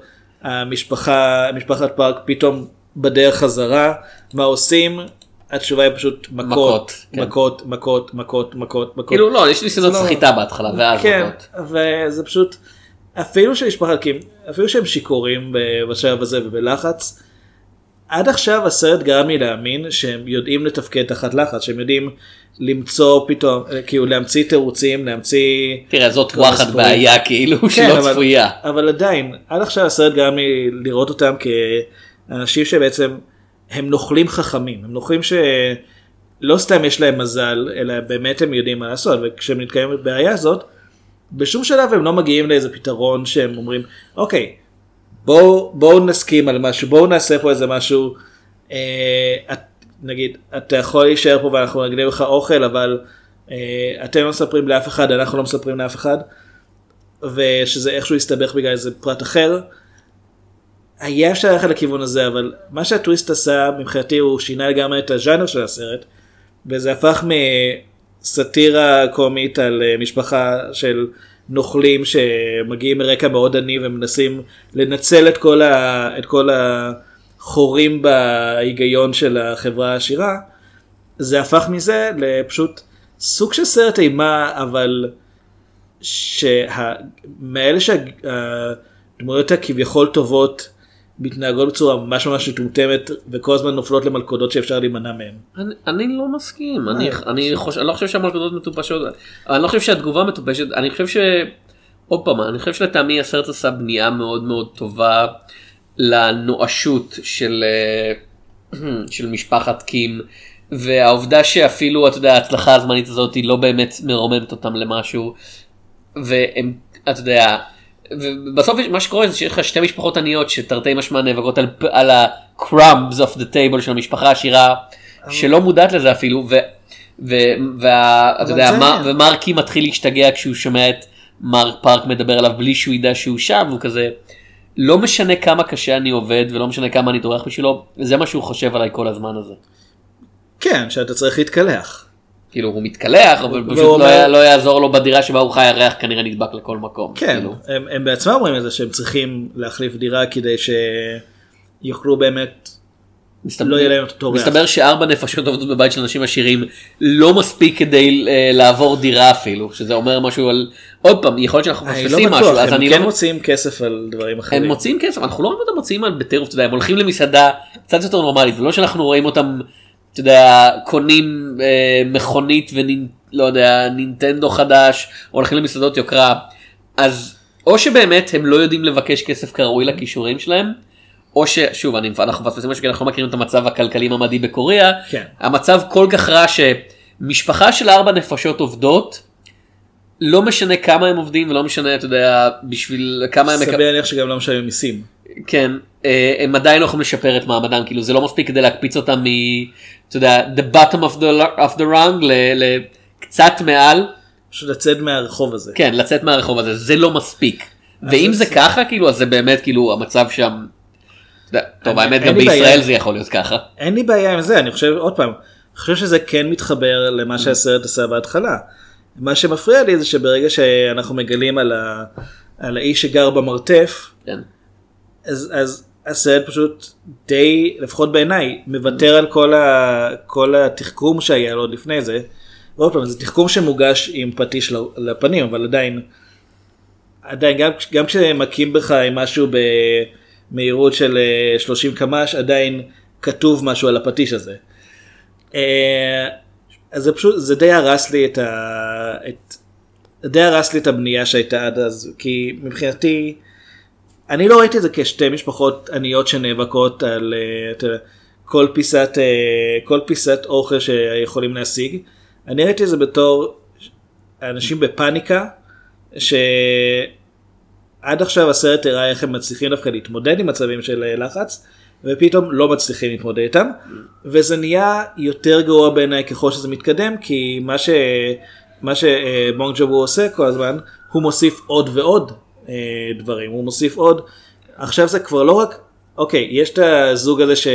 המשפחה, משפחת פארק פתאום בדרך חזרה, מה עושים? התשובה היא פשוט מכות, מכות, מכות, כן. מכות, מכות, מכות, מכות, מכות. כאילו לא, יש ניסיונות לא- סחיטה בהתחלה, ואז כן, מכות. וזה פשוט, אפילו שמשפחת קים, אפילו שהם שיכורים ב- בשלב הזה ובלחץ, עד עכשיו הסרט גרם לי להאמין שהם יודעים לתפקד תחת לחץ, שהם יודעים למצוא פתאום, אה, כאילו להמציא תירוצים, להמציא... תראה, זאת כמה וואחד סיפורים. בעיה, כאילו, שלא כן, אבל- צפויה. אבל עדיין, עד עכשיו הסרט גרם לי לראות אותם כאנשים שבעצם הם נוכלים חכמים, הם נוכלים שלא סתם יש להם מזל, אלא באמת הם יודעים מה לעשות, וכשהם נתקעים בבעיה הזאת, בשום שלב הם לא מגיעים לאיזה פתרון שהם אומרים, אוקיי, בואו בואו נסכים על משהו, בואו נעשה פה איזה משהו, אה, את, נגיד, אתה יכול להישאר פה ואנחנו נגניב לך אוכל, אבל אה, אתם לא מספרים לאף אחד, אנחנו לא מספרים לאף אחד. ושזה איכשהו הסתבך בגלל איזה פרט אחר. היה אפשר ללכת לכיוון הזה, אבל מה שהטוויסט עשה מבחינתי הוא שינה לגמרי את הז'אנר של הסרט, וזה הפך מסאטירה קומית על אה, משפחה של נוכלים שמגיעים מרקע מאוד עני ומנסים לנצל את כל, ה... את כל החורים בהיגיון של החברה העשירה, זה הפך מזה לפשוט סוג של סרט אימה, אבל... שה- מאלה שהדמויות הכביכול טובות מתנהגות בצורה ממש ממש מטומטמת וכל הזמן נופלות למלכודות שאפשר להימנע מהן. אני, אני לא מסכים, אני, אה, אני, חוש, אני לא חושב שהמלכודות מטופשות, אני לא חושב שהתגובה מטופשת, אני חושב ש... עוד פעם, אני חושב שלטעמי הסרט עשה בנייה מאוד מאוד טובה לנואשות של, אה, של משפחת קים, והעובדה שאפילו, אתה יודע, ההצלחה הזמנית הזאת היא לא באמת מרוממת אותם למשהו, והם, אתה יודע, ובסוף מה שקורה זה שיש לך שתי משפחות עניות שתרתי משמע נאבקות על, על ה-crumbs of the table של המשפחה העשירה, שלא מודעת לזה אפילו, ו... ו... וה... אתה יודע, זה- מר- ומרקי מתחיל להשתגע כשהוא שומע את מרק פארק מדבר עליו בלי שהוא ידע שהוא שם, והוא כזה, לא משנה כמה קשה אני עובד ולא משנה כמה אני טורח בשבילו, זה מה שהוא חושב עליי כל הזמן הזה. כן, שאתה צריך להתקלח. כאילו הוא מתקלח, אבל והוא פשוט לא, אומר- היה, לא יעזור לו בדירה שבה הוא חי, הריח כנראה נדבק לכל מקום. כן, כאילו. הם, הם בעצמם אומרים את זה שהם צריכים להחליף דירה כדי שיוכלו באמת, אה, מסתבר, לא יהיה להם את אותו ריח. מסתבר שארבע נפשות עובדות בבית של אנשים עשירים לא מספיק כדי אה, לעבור דירה אפילו, שזה אומר משהו על, עוד פעם, יכול להיות שאנחנו אני לא מפספסים משהו, בטוח, אז הם אני כן לא... מוציאים כסף על דברים אחרים. הם מוצאים כסף, אנחנו לא רואים אותם מוציאים על בטירוף, אתה יודע, הם הולכים למסעדה קצת יותר נורמלית, ולא שאנחנו רואים אותם, אתה יודע, קונים אה, מכונית ונינ... לא יודע, נינטנדו חדש, או הולכים למסעדות יוקרה, אז או שבאמת הם לא יודעים לבקש כסף כראוי לכישורים שלהם, או ששוב, אני, אנחנו מפספסים משהו כי אנחנו לא מכירים את המצב הכלכלי ממדי בקוריאה, כן. המצב כל כך רע שמשפחה של ארבע נפשות עובדות, לא משנה כמה הם עובדים ולא משנה אתה יודע בשביל כמה הם סביר להניח שגם לא משלמים מיסים. כן, אה, הם עדיין לא יכולים לשפר את מעמדם, כאילו זה לא מספיק כדי להקפיץ אותם מ... אתה יודע, the bottom of the, of the rung ל- לקצת מעל, פשוט לצאת מהרחוב הזה. כן, לצאת מהרחוב הזה, זה לא מספיק. ואם אז- זה ככה, כאילו, אז זה באמת, כאילו, המצב שם... אתה יודע, טוב, אני- האמת, אין גם לי בעיה. בישראל זה יכול להיות ככה. אין לי בעיה עם זה, אני חושב, עוד פעם, אני חושב שזה כן מתחבר למה שהסרט עשה בהתחלה. מה שמפריע לי זה שברגע שאנחנו מגלים על, ה, על האיש שגר במרתף, כן. אז, אז הסרט פשוט די, לפחות בעיניי, מוותר על כל, ה, כל התחכום שהיה לו עוד לפני זה. ועוד פעם, זה תחכום שמוגש עם פטיש ל- לפנים, אבל עדיין, עדיין, גם, כש- גם כשמכים בך עם משהו במהירות של אה, 30 קמ"ש, עדיין כתוב משהו על הפטיש הזה. אה, אז זה פשוט, זה די הרס לי את ה... את, די הרס לי את הבנייה שהייתה עד אז, כי מבחינתי, אני לא ראיתי את זה כשתי משפחות עניות שנאבקות על אה, אתה יודע, כל פיסת, אה, כל פיסת אוכל שיכולים להשיג. אני ראיתי את זה בתור אנשים בפאניקה, שעד עכשיו הסרט הראה איך הם מצליחים דווקא להתמודד עם מצבים של אה, לחץ, ופתאום לא מצליחים להתמודד איתם, וזה נהיה יותר גרוע בעיניי ככל שזה מתקדם, כי מה ש... מה שבונג ג'ו עושה כל הזמן, הוא מוסיף עוד ועוד אה, דברים, הוא מוסיף עוד. עכשיו זה כבר לא רק, אוקיי, יש את הזוג הזה ש...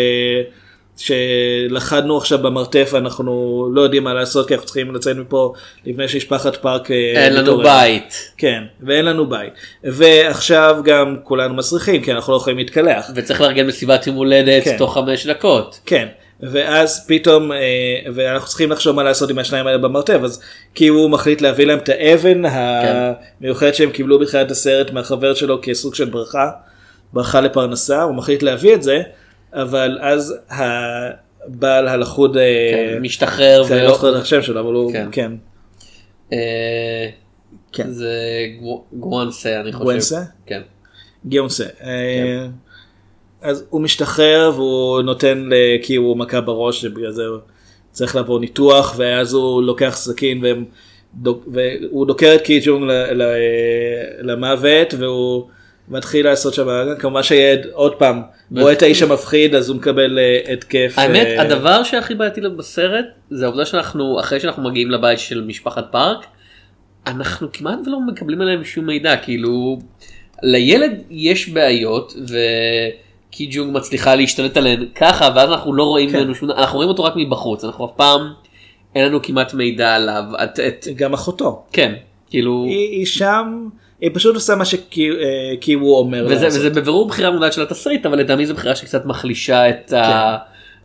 שלכדנו עכשיו במרתף ואנחנו לא יודעים מה לעשות כי אנחנו צריכים לצאת מפה לפני שמשפחת פארק אה, אין לנו מתעוררת. בית כן, ואין לנו בית. ועכשיו גם כולנו מסריחים, כי אנחנו לא יכולים להתקלח. וצריך לארגן מסיבת יום הולדת כן. תוך חמש דקות. כן, ואז פתאום, אה, ואנחנו צריכים לחשוב מה לעשות עם השניים האלה במרתף, אז כי הוא מחליט להביא להם את האבן כן. המיוחדת שהם קיבלו בתחילת הסרט מהחבר שלו כסוג של ברכה, ברכה לפרנסה, הוא מחליט להביא את זה, אבל אז הבעל הלכוד, אה, כן, משתחרר אני ולא- לא זוכר את השם שלו, אבל הוא, כן. כן, אה, כן. זה גו- גואנסה אני חושב. גואנסה? כן. גיונסה. אה, אז הוא משתחרר והוא נותן ל... כי הוא מכה בראש ובגלל זה הוא צריך לעבור ניתוח ואז הוא לוקח סכין והם... דוק- והוא דוקר את קיג'ונג ל- ל- למוות והוא מתחיל לעשות שם בלאגן. כמובן שהילד עוד פעם רואה את האיש המפחיד אז הוא מקבל אה, התקף. האמת אה, הדבר שהכי בעייתי לו בסרט זה העובדה שאנחנו אחרי שאנחנו מגיעים לבית של משפחת פארק אנחנו כמעט ולא מקבלים עליהם שום מידע כאילו לילד יש בעיות וקי ג'ונג מצליחה להשתלט עליהן ככה ואז אנחנו לא רואים כן. ממנו שום אנחנו רואים אותו רק מבחוץ אנחנו אף פעם אין לנו כמעט מידע עליו את, את, גם אחותו. כן כאילו היא, היא שם, היא פשוט עושה מה שקיוו אומר. וזה, לעשות. וזה בבירור בחירה מודעת של התסריט אבל לטעמי זו בחירה שקצת מחלישה את, ה,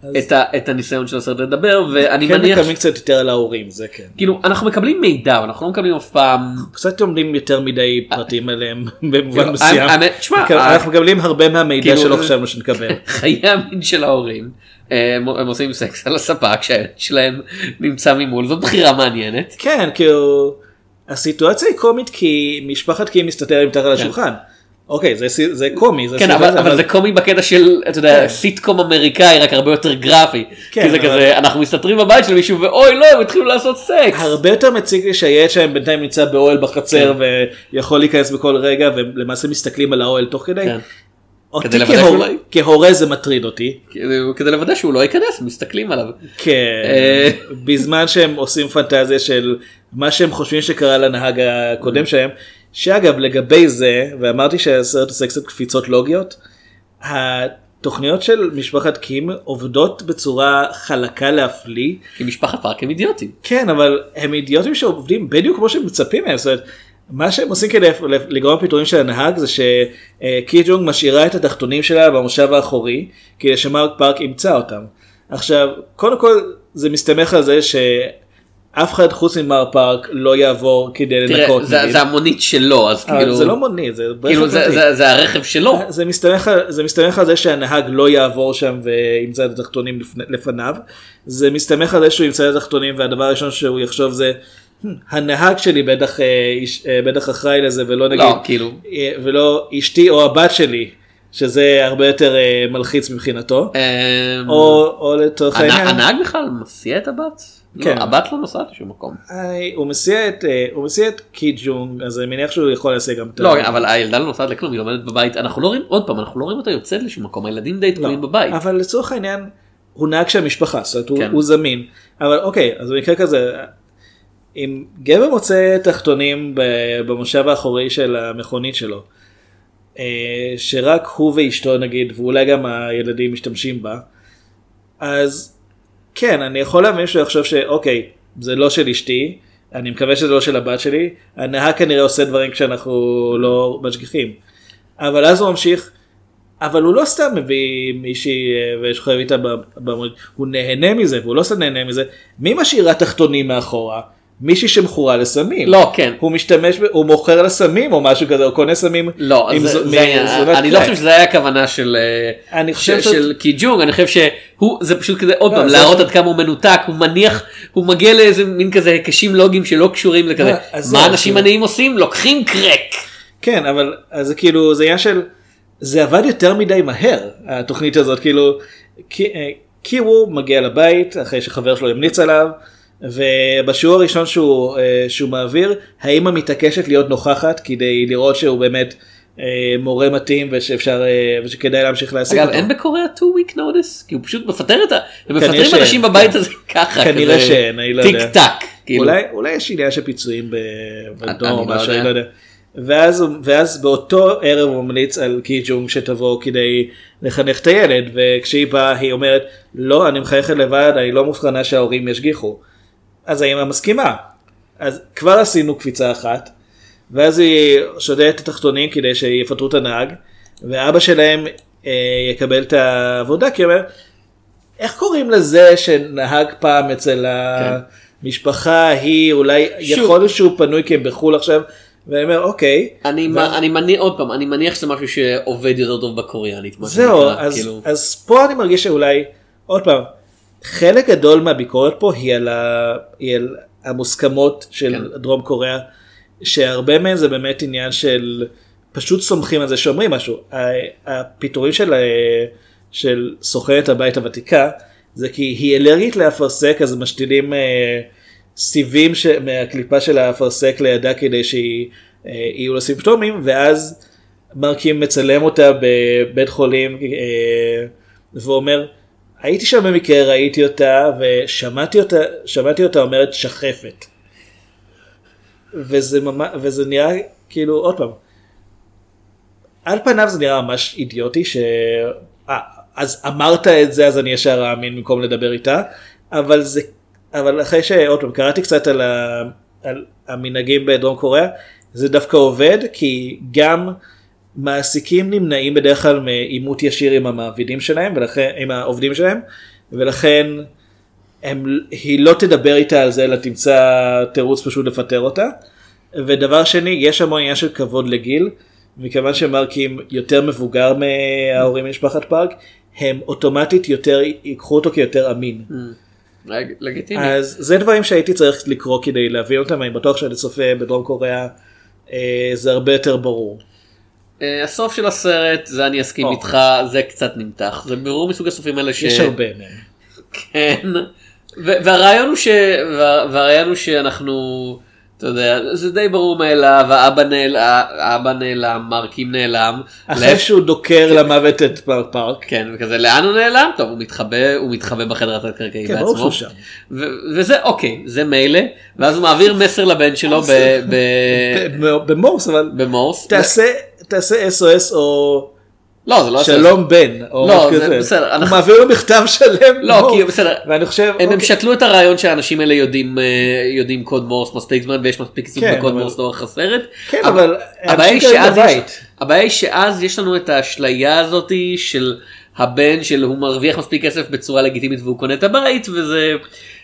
אז- את, ה, את הניסיון של הסרט לדבר ואני כן מניח מקבלים קצת יותר על ההורים זה כן. כאילו אנחנו מקבלים מידע אבל אנחנו לא מקבלים אף פעם. קצת לומדים יותר מדי פרטים עליהם כאילו, במובן מסוים. האמת- תשמע, מקב- ה- אנחנו מקבלים הרבה מהמידע כאילו- שלא חשבנו שנקבל. חיי המין של ההורים אה, הם הם עושים סקס על הספה כשהילד שלהם נמצא ממול זאת בחירה מעניינת. כן, כאילו, הסיטואציה היא קומית כי משפחת קים מסתתרת מתחת לשולחן. אוקיי, זה סי- זה קומי, זה כן סיפור אבל, זה, אבל זה קומי בקטע של אתה יודע סיטקום אמריקאי רק הרבה יותר גרפי. כן, כי זה אבל- כזה אנחנו מסתתרים בבית של מישהו ואוי לא הם התחילו לעשות סקס. הרבה יותר מציג לי שהילד שלהם בינתיים נמצא באוהל בחצר כן. ויכול להיכנס בכל רגע ולמעשה מסתכלים על האוהל תוך כדי. כן. כדי אותי לוודא כהורה- שהוא לא- כהורה זה מטריד אותי. כאילו, כדי לוודא שהוא לא ייכנס מסתכלים עליו. כן, בזמן שהם עושים פנטזיה של מה שהם חושבים שקרה לנהג הקודם שלהם, שאגב לגבי זה, ואמרתי שהסרט עושה קצת קפיצות לוגיות, התוכניות של משפחת קים עובדות בצורה חלקה להפליא, כי משפחת פארק הם אידיוטים. כן אבל הם אידיוטים שעובדים בדיוק כמו שמצפים מהם, זאת אומרת, מה שהם עושים כדי לגרום לפיטורים של הנהג זה שקי ג'ונג משאירה את התחתונים שלה במושב האחורי כדי שמרק פארק ימצא אותם. עכשיו קודם כל זה מסתמך על זה שאף אחד חוץ ממר פארק לא יעבור כדי תראה לנקות. זה- נגיד. זה המונית שלו אז אבל כאילו זה לא מונית, זה כאילו ברכב זה- פרטי. זה- זה הרכב שלו. זה מסתמך, על- זה מסתמך על זה שהנהג לא יעבור שם וימצא את התחתונים לפני, לפניו, זה מסתמך על זה שהוא ימצא את התחתונים והדבר הראשון שהוא יחשוב זה "Hmm, הנהג שלי בטח, אה, איש- אה, בטח אחראי לזה ולא נגיד, לא כאילו אה, ולא אשתי או הבת שלי, שזה הרבה יותר אה, מלחיץ מבחינתו, אמ, או, או לצורך הנה- העניין, הנהג בכלל מסיע את הבת? כן. לא, הבת לא נוסעת לשום מקום. אה, הוא מסיע את, אה, הוא מסיע את קי ג'ונג, אז אני מניח שהוא יכול להסיע גם את לא, ה- אבל הילדה לא נוסעת לכלום, היא לומדת בבית. אנחנו לא רואים, עוד פעם, אנחנו לא רואים אותה יוצאת לשום מקום, הילדים די תקועים בבית. לא. אבל לצורך העניין, הוא נהג של המשפחה, זאת אומרת, כן. הוא, הוא זמין. אבל אוקיי, אז במקרה כזה, אם גבר מוצא תחתונים ב- במושב האחורי של המכונית שלו, אה, שרק הוא ואשתו נגיד, ואולי גם הילדים משתמשים בה, אז כן, אני יכול להאמין שהוא יחשוב שאוקיי, זה לא של אשתי, אני מקווה שזה לא של הבת שלי, הנהג כנראה עושה דברים כשאנחנו לא משגיחים. אבל אז הוא ממשיך, אבל הוא לא סתם מביא מישהי אה, ושוכב איתה במונית, הוא נהנה מזה, והוא לא סתם נהנה מזה, מי משאירה תחתונים מאחורה? מישהי שמכורה לסמים. לא, כן. הוא משתמש, ב- הוא מוכר לסמים או משהו כזה, או קונה סמים. לא, עם זה, זו- זה, מזונת היה, אני לא קרק. חושב שזה היה הכוונה של, אה, אני של, חושב של, שאת- קיג'ונג, אני חושב שהוא, זה פשוט כזה, עוד לא, פעם, זה- להראות עד כמה הוא מנותק, הוא מניח, הוא מגיע לאיזה מין כזה היקשים לוגיים שלא קשורים לכזה, לא, אז מה זהו, אנשים כאילו- עניים עושים? לוקחים קרק. כן, אבל אז זה כאילו, זה עניין של, זה עבד יותר מדי מהר, התוכנית הזאת, כאילו, כי- אה, קיוו מגיע לבית אחרי שחבר שלו המליץ עליו, ובשיעור הראשון שהוא, אה, שהוא מעביר, האימא מתעקשת להיות נוכחת כדי לראות שהוא באמת אה, מורה מתאים ושאפשר, אה, ושכדאי להמשיך להעסיק אגב, אותו. אין בקוריאה 2 week notice? כי הוא פשוט מפטר את ה... הם כנראה מפטרים שאין, אנשים כן. בבית הזה ככה, כנראה כזה שאין, אני לא טיק יודע. טק. כאילו. אולי, אולי יש עניין של פיצויים ב- בדור אני או לא משהו, יודע. אני לא יודע. ואז, הוא- ואז באותו ערב הוא ממליץ על קי ג'ונג שתבוא כדי לחנך את הילד, וכשהיא באה היא אומרת, לא, אני מחייכת לבד, אני לא מוכנה שההורים ישגיחו. אז האמא מסכימה. אז כבר עשינו קפיצה אחת, ואז היא שודדת את התחתונים כדי שיפטרו את הנהג, ואבא שלהם אה, יקבל את העבודה, כי הוא אומר, איך קוראים לזה שנהג פעם אצל המשפחה ההיא, אולי כן. שוב. יכול להיות שהוא פנוי כי הם בחו"ל עכשיו, ואני אומר, אוקיי. אני, ו- מה, אני מניח, עוד פעם, אני מניח שזה משהו שעובד יותר טוב בקוריאנית. מה זהו, שנקרא, אז, כאילו. אז פה אני מרגיש שאולי, עוד פעם, חלק גדול מהביקורת פה היא על, ה, היא על המוסכמות של כן. כן. דרום קוריאה, שהרבה מהן זה באמת עניין של פשוט סומכים על זה שאומרים משהו. ה- הפיטורים של, ה- של סוכנת הבית הוותיקה, זה כי היא אלרגית לאפרסק, אז משתילים אה, סיבים ש, מהקליפה של האפרסק לידה כדי שהיא אה, יהיו לה סימפטומים, ואז מרקים מצלם אותה בבית חולים אה, ואומר, הייתי שם במקרה, ראיתי אותה ושמעתי אותה, שמעתי אותה אומרת שחפת. וזה, ממש, וזה נראה כאילו, עוד פעם, על פניו זה נראה ממש אידיוטי, ש... אה, אז אמרת את זה אז אני ישר אאמין במקום לדבר איתה, אבל זה, אבל אחרי שעוד פעם קראתי קצת על, ה... על המנהגים בדרום קוריאה, זה דווקא עובד כי גם מעסיקים נמנעים בדרך כלל מעימות ישיר עם המעבידים שלהם ולכן עם העובדים שלהם ולכן הם, היא לא תדבר איתה על זה אלא תמצא תירוץ פשוט לפטר אותה. ודבר שני יש המון עניין של כבוד לגיל מכיוון שמרקים יותר מבוגר מההורים במשפחת פארק הם אוטומטית יותר ייקחו אותו כיותר אמין. לג- לגיטימי. אז זה דברים שהייתי צריך לקרוא כדי להבין אותם אני בטוח שאני צופה בדרום קוריאה אה, זה הרבה יותר ברור. אה, הסוף של הסרט זה אני אסכים או. איתך זה קצת נמתח זה ברור מסוג הסופים האלה ש... יש הרבה מהם. כן. ו- והרעיון הוא ש... וה- והרעיון הוא שאנחנו אתה יודע זה די ברור מאליו האבא נעלם האבא נעלם מרקים נעלם. אחרי להפ- שהוא דוקר למוות את פארק פארק. כן וכזה לאן הוא נעלם טוב הוא מתחבא הוא מתחבא בחדר התת-קרקעי כן, בעצמו. ברור שהוא שם. ו- וזה אוקיי זה מילא ואז הוא מעביר מסר לבן שלו ב- ב- ב- במורס אבל במורס. תעשה תעשה SOS או לא זה לא הסרט. שלום בן או לא, משהו זה כזה. בסדר, הוא אנחנו- מעביר לו מכתב שלם. לא במורס. כי בסדר ואני חושב הם אוקיי, הם שתלו את הרעיון שהאנשים האלה יודעים אה, יודעים קוד מורס מספיק זמן ויש מספיק עיסוק כן, בקוד אבל- מורס לאורך הסרט. כן, אבל- אבל הבעיה היא אנשים גרים שאז יש- בבית. הבעיה היא שאז יש לנו את האשליה הזאתי של הבן של הוא מרוויח מספיק כסף בצורה לגיטימית והוא קונה את הבית וזה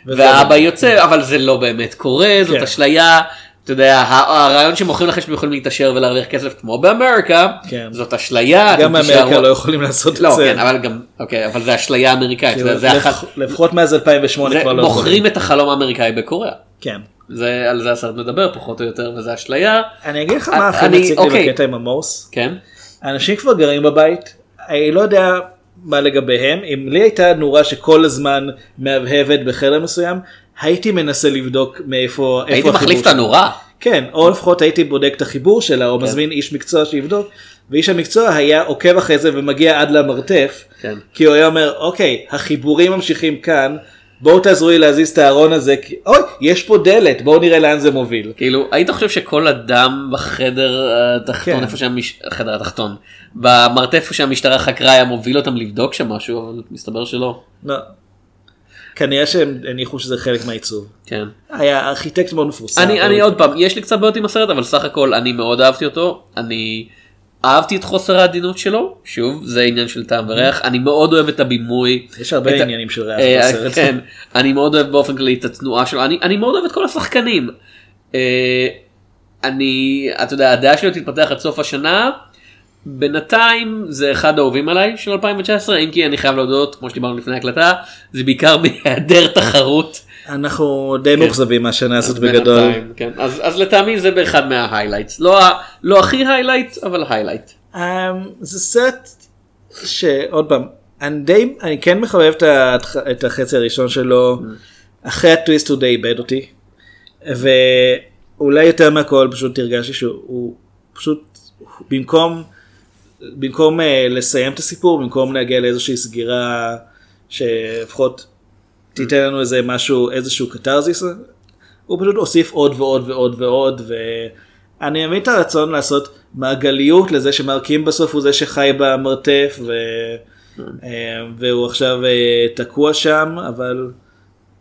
וזה- והאבא יוצא אבל זה לא באמת קורה זאת כן. אשליה. אתה יודע ה- הרעיון שמוכרים לכם שאתם יכולים להתעשר ולהרוויח כסף כמו באמריקה כן. זאת אשליה. גם אתם באמריקה תישארו- לא יכולים לעשות לא, את זה. כן, אבל גם אוקיי אבל זה אשליה אמריקאית כאילו, זה- זה לפח- אחת- לפחות מאז זה- 2008 כבר לא מוכרים את החלום האמריקאי בקוריאה. כן. זה על זה הסרט מדבר פחות או יותר וזה אשליה אני אגיד לך אני- מה הכי אני- מציק אוקיי. לי בקטע עם המורס. כן אנשים כבר גרים בבית, אני לא יודע מה לגביהם, אם לי הייתה נורה שכל הזמן מהבהבת בחדר מסוים, הייתי מנסה לבדוק מאיפה, הייתי איפה מחליף את שלה. הנורה כן, או לפחות הייתי בודק את החיבור שלה, כן. או מזמין איש מקצוע שיבדוק, ואיש המקצוע היה עוקב אחרי זה ומגיע עד למרתף, כן. כי הוא היה אומר, אוקיי, החיבורים ממשיכים כאן, בואו תעזרו לי להזיז את הארון הזה, כי... אוי, יש פה דלת, בואו נראה לאן זה מוביל. כאילו היית חושב שכל אדם בחדר התחתון כן. איפה שהחדר התחתון במרתף איפה שהמשטרה חקרה היה מוביל אותם לבדוק שם משהו אבל מסתבר שלא. לא. כנראה שהם הניחו שזה חלק מהעיצוב. כן. היה ארכיטקט מאוד מפורסם. אני אבל- אני עוד פעם יש לי קצת בעיות עם הסרט אבל סך הכל אני מאוד אהבתי אותו אני אהבתי את חוסר העדינות שלו, שוב, זה עניין של טעם וריח, אני מאוד אוהב את הבימוי. יש הרבה את ה- עניינים של ריח אה, בסרט. כן, אני מאוד אוהב באופן כללי את התנועה שלו, אני, אני מאוד אוהב את כל השחקנים. אה, אני, אתה יודע, הדעה שלי תתפתח עד סוף השנה. בינתיים זה אחד האהובים עליי של 2019, אם כי אני חייב להודות, כמו שדיברנו לפני ההקלטה, זה בעיקר מהיעדר תחרות. אנחנו די מאוכזבים מהשנה הזאת בגדול. כן. בינתיים, כן. אז, אז לטעמי זה באחד מההיילייטס. לא, ה- לא הכי היילייט, אבל היילייט. אמ, זה סרט שעוד פעם אני די אני כן מחבב את, ההתח... את החצי הראשון שלו אחרי הטוויסט הוא די איבד אותי ואולי יותר מהכל פשוט הרגשתי שהוא הוא פשוט במקום במקום uh, לסיים את הסיפור במקום להגיע לאיזושהי סגירה שלפחות תיתן לנו איזה משהו איזשהו קתרזיס הוא פשוט הוסיף עוד ועוד ועוד ועוד ואני מבין את הרצון לעשות מעגליות לזה שמרקים בסוף הוא זה שחי במרתף ו... אה, והוא עכשיו אה, תקוע שם אבל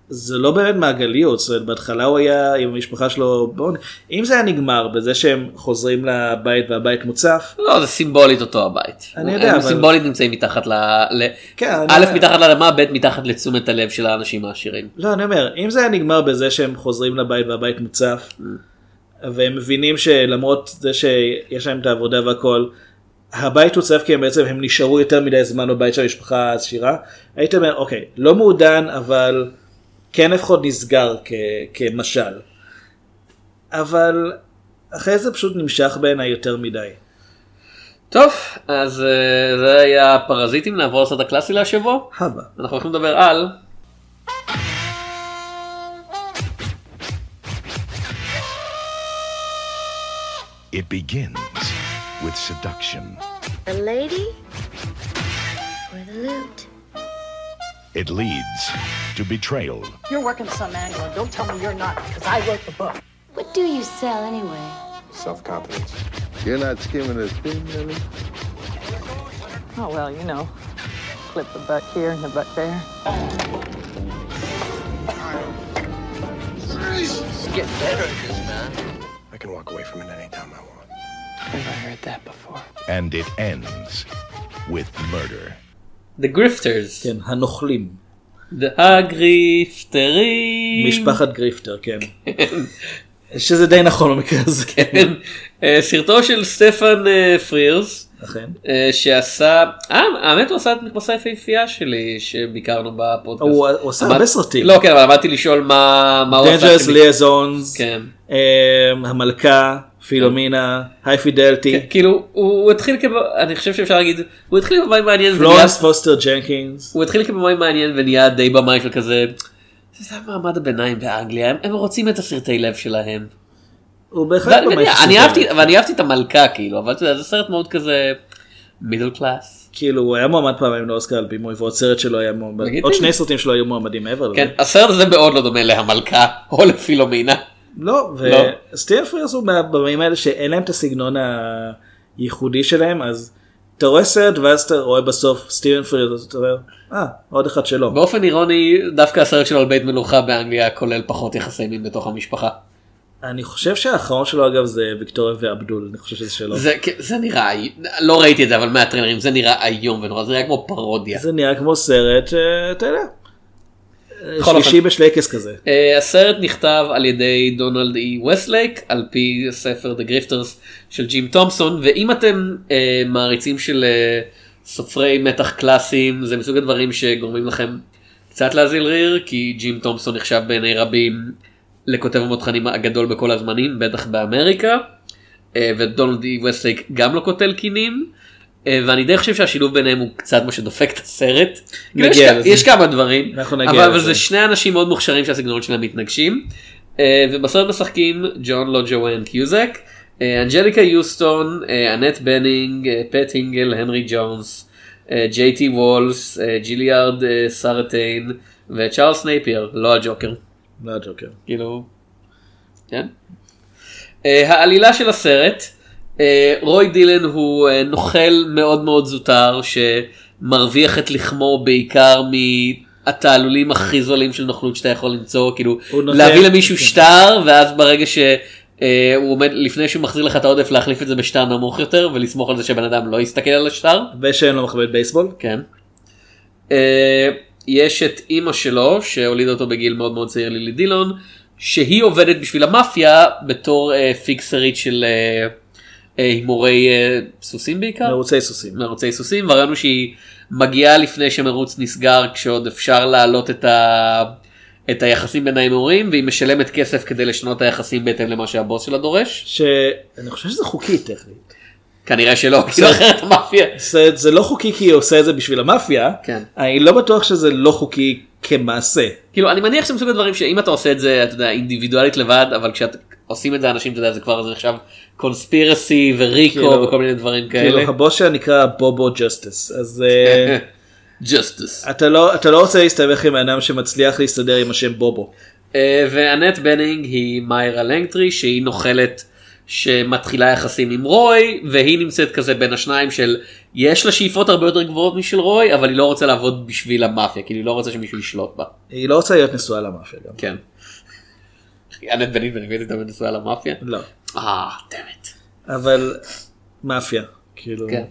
זה לא באמת מעגליות זאת אומרת בהתחלה הוא היה עם המשפחה שלו בעוני אם זה היה נגמר בזה שהם חוזרים לבית והבית מוצף לא, זה סימבולית אותו הבית. אני יודע, הם אבל- סימבולית נמצאים מתחת ל... ל... כן, אני א', יודע. מתחת לאדמה, ב', מתחת לתשומת הלב של האנשים העשירים. לא, אני אומר, אם זה היה נגמר בזה שהם חוזרים לבית והבית מוצף, והם מבינים שלמרות זה שיש להם את העבודה והכל, הבית הוצף כי הם בעצם הם נשארו יותר מדי זמן בבית של המשפחה העשירה, הייתי אומר, אוקיי, לא מעודן, אבל כן לפחות נסגר כ- כמשל. אבל אחרי זה פשוט נמשך בעיניי יותר מדי. טוב, אז אה, זה היה פרזיטים, נעבור לסרט הקלאסי להשבוע. הווה. אנחנו הולכים לדבר על... It begins with seduction. The lady or the loot? It leads to betrayal. You're working some angle. and Don't tell me you're not, because I wrote the book. What do you sell anyway? Oh, well, you know. Clip the butt here and the butt there. I can walk away from it anytime I want. Never heard that before. And it ends with murder. The Grifters. כן, הנוכלים. The הגריפטרים. משפחת גריפטר, כן. שזה די נכון במקרה הזה. כן. אה, סרטו של סטפן אה, פרירס. אכן. אה, שעשה, אה, האמת הוא עשה את מכבסה היפהפייה שלי שביקרנו בפודקאסט. הוא- הוא עשה עמד- הרבה סרטים. לא כן אבל עמדתי לשאול מה מה הוא עשה. Dangerous כמי- Liaisons, כן. אמ, המלכה, פילומינה, היי כן, פידלטי, כאילו הוא הוא התחיל כב... אני חושב שאפשר להגיד הוא התחיל כבמאי מעניין ונהיה... פלורנס פוסטר ג'נקינס. הוא התחיל כבמאי מעניין ונהיה די במאי של כזה. זה מעמד הביניים באנגליה הם, הם רוצים את הסרטי לב שלהם. הוא זה- בהחלט אני ממש יודע, סרטי. אני אהבתי ואני אהבתי את המלכה כאילו אבל אתה יודע זה סרט מאוד כזה מידל קלאס. כאילו הוא היה מועמד פעמיים לאוסקר על בימוי ועוד סרט שלו היה מועמד. לגיטימי. עוד שני סרטים שלו היו מועמדים מעבר לזה. כן הסרט הזה מאוד לא דומה להמלכה או לפילומינה. לא, לא. וסטיב פרירס הוא מהבמים האלה שאין להם את הסגנון הייחודי שלהם אז אתה רואה סרט ואז אתה רואה בסוף סטיבן פרירס אתה אומר אה עוד אחד שלו. באופן אירוני דווקא הסרט שלו על בית מלוכה באנגליה כולל פחות יחסי מין בתוך המשפחה. אני חושב שהאחרון שלו אגב זה ויקטוריה ועבדול אני חושב שזה שלו. זה, כן, זה נראה, אי- לא ראיתי את זה אבל מהטריילרים זה נראה איום ונורא זה נראה כמו פרודיה. זה נראה כמו סרט אה, אתה יודע. אה, בכל שלישי בשלייקס כזה. אה, הסרט נכתב על ידי דונלד אי וסטלייק על פי הספר The Grifters של ג'ים תומפסון ואם אתם אה, מעריצים של אה, סופרי מתח קלאסיים זה מסוג הדברים שגורמים לכם קצת להזיל ריר כי ג'ים תומפסון נחשב בעיני רבים לכותב המותחנים הגדול בכל הזמנים בטח באמריקה אה, ודונלד אי וסטלייק גם לא קוטל קינים. אה, ואני די חושב שהשילוב ביניהם הוא קצת מה שדופק את הסרט. נגיע יש כ- לזה. יש כמה דברים. אנחנו נגיע אבל, אבל לזה. זה שני אנשים מאוד מוכשרים שהסגנון שלהם מתנגשים. אה, ובסרט משחקים ג'ון לוג'וואן קיוזק, אה, אנג'ליקה יוסטון, אה, אנט בנינג, אה, פט הינגל, הנרי ג'ונס, אה, ג'יי טי וולס, אה, ג'יליארד אה, סארטיין וצ'ארלס נייפייר, לא הג'וקר. לא הג'וקר. כאילו, כן. אה, העלילה של הסרט, אה, רוי דילן הוא אה, נוכל מאוד מאוד זוטר שמרוויח את לחמו בעיקר מהתעלולים הכי זולים של נוכלות שאתה יכול למצוא, כאילו הוא נוטה- להביא למישהו כן. שטר ואז ברגע ש... אה, הוא עומד לפני שהוא מחזיר לך את העודף להחליף את זה בשטר נמוך יותר ולסמוך על זה שבן אדם לא יסתכל על השטר. ושאין לו מכבד בייסבול. כן. אה, יש את אימא שלו שהולידה אותו בגיל מאוד מאוד צעיר לילי דילון שהיא עובדת בשביל המאפיה בתור אה, פיקסרית של אה, אה, הימורי אה, סוסים בעיקר. מרוצי סוסים. מרוצי סוסים והרעיון הוא שהיא מגיעה לפני שמרוץ נסגר כשעוד אפשר להעלות את, ה... את היחסים בין ההימורים והיא משלמת כסף כדי לשנות את היחסים בהתאם למה שהבוס שלה דורש שאני חושב שזה חוקי טכנית. כנראה שלא כאילו אחרת המאפיה. זה, זה לא חוקי כי היא עושה את זה בשביל המאפיה. כן. אני לא בטוח שזה לא חוקי כמעשה. כאילו אני מניח שזה מסוג הדברים שאם אתה עושה את זה אתה יודע אינדיבידואלית לבד אבל כשאת עושים את זה אנשים אתה יודע זה כבר זה נחשב קונספירסי וריקו כאילו- וכל מיני דברים כאלה. כאילו הבוס שלה נקרא בובו ג'סטיס. אז אה, ג'סטס. אתה לא אתה לא רוצה להסתבך עם האדם שמצליח להסתדר עם השם בובו. אה, ואנט בנינג היא מיירה לנגטרי שהיא נוכלת שמתחילה יחסים עם רוי והיא נמצאת כזה בין השניים של יש לה שאיפות הרבה יותר גבוהות משל רוי אבל היא לא רוצה לעבוד בשביל המאפיה כאילו היא לא רוצה שמישהו ישלוט בה. היא לא רוצה להיות נשואה למאפיה גם. כן. אנט בנינג ונגדית הייתה נשואה למאפיה? לא. אה, דמת. אבל מאפיה. כאילו. כן.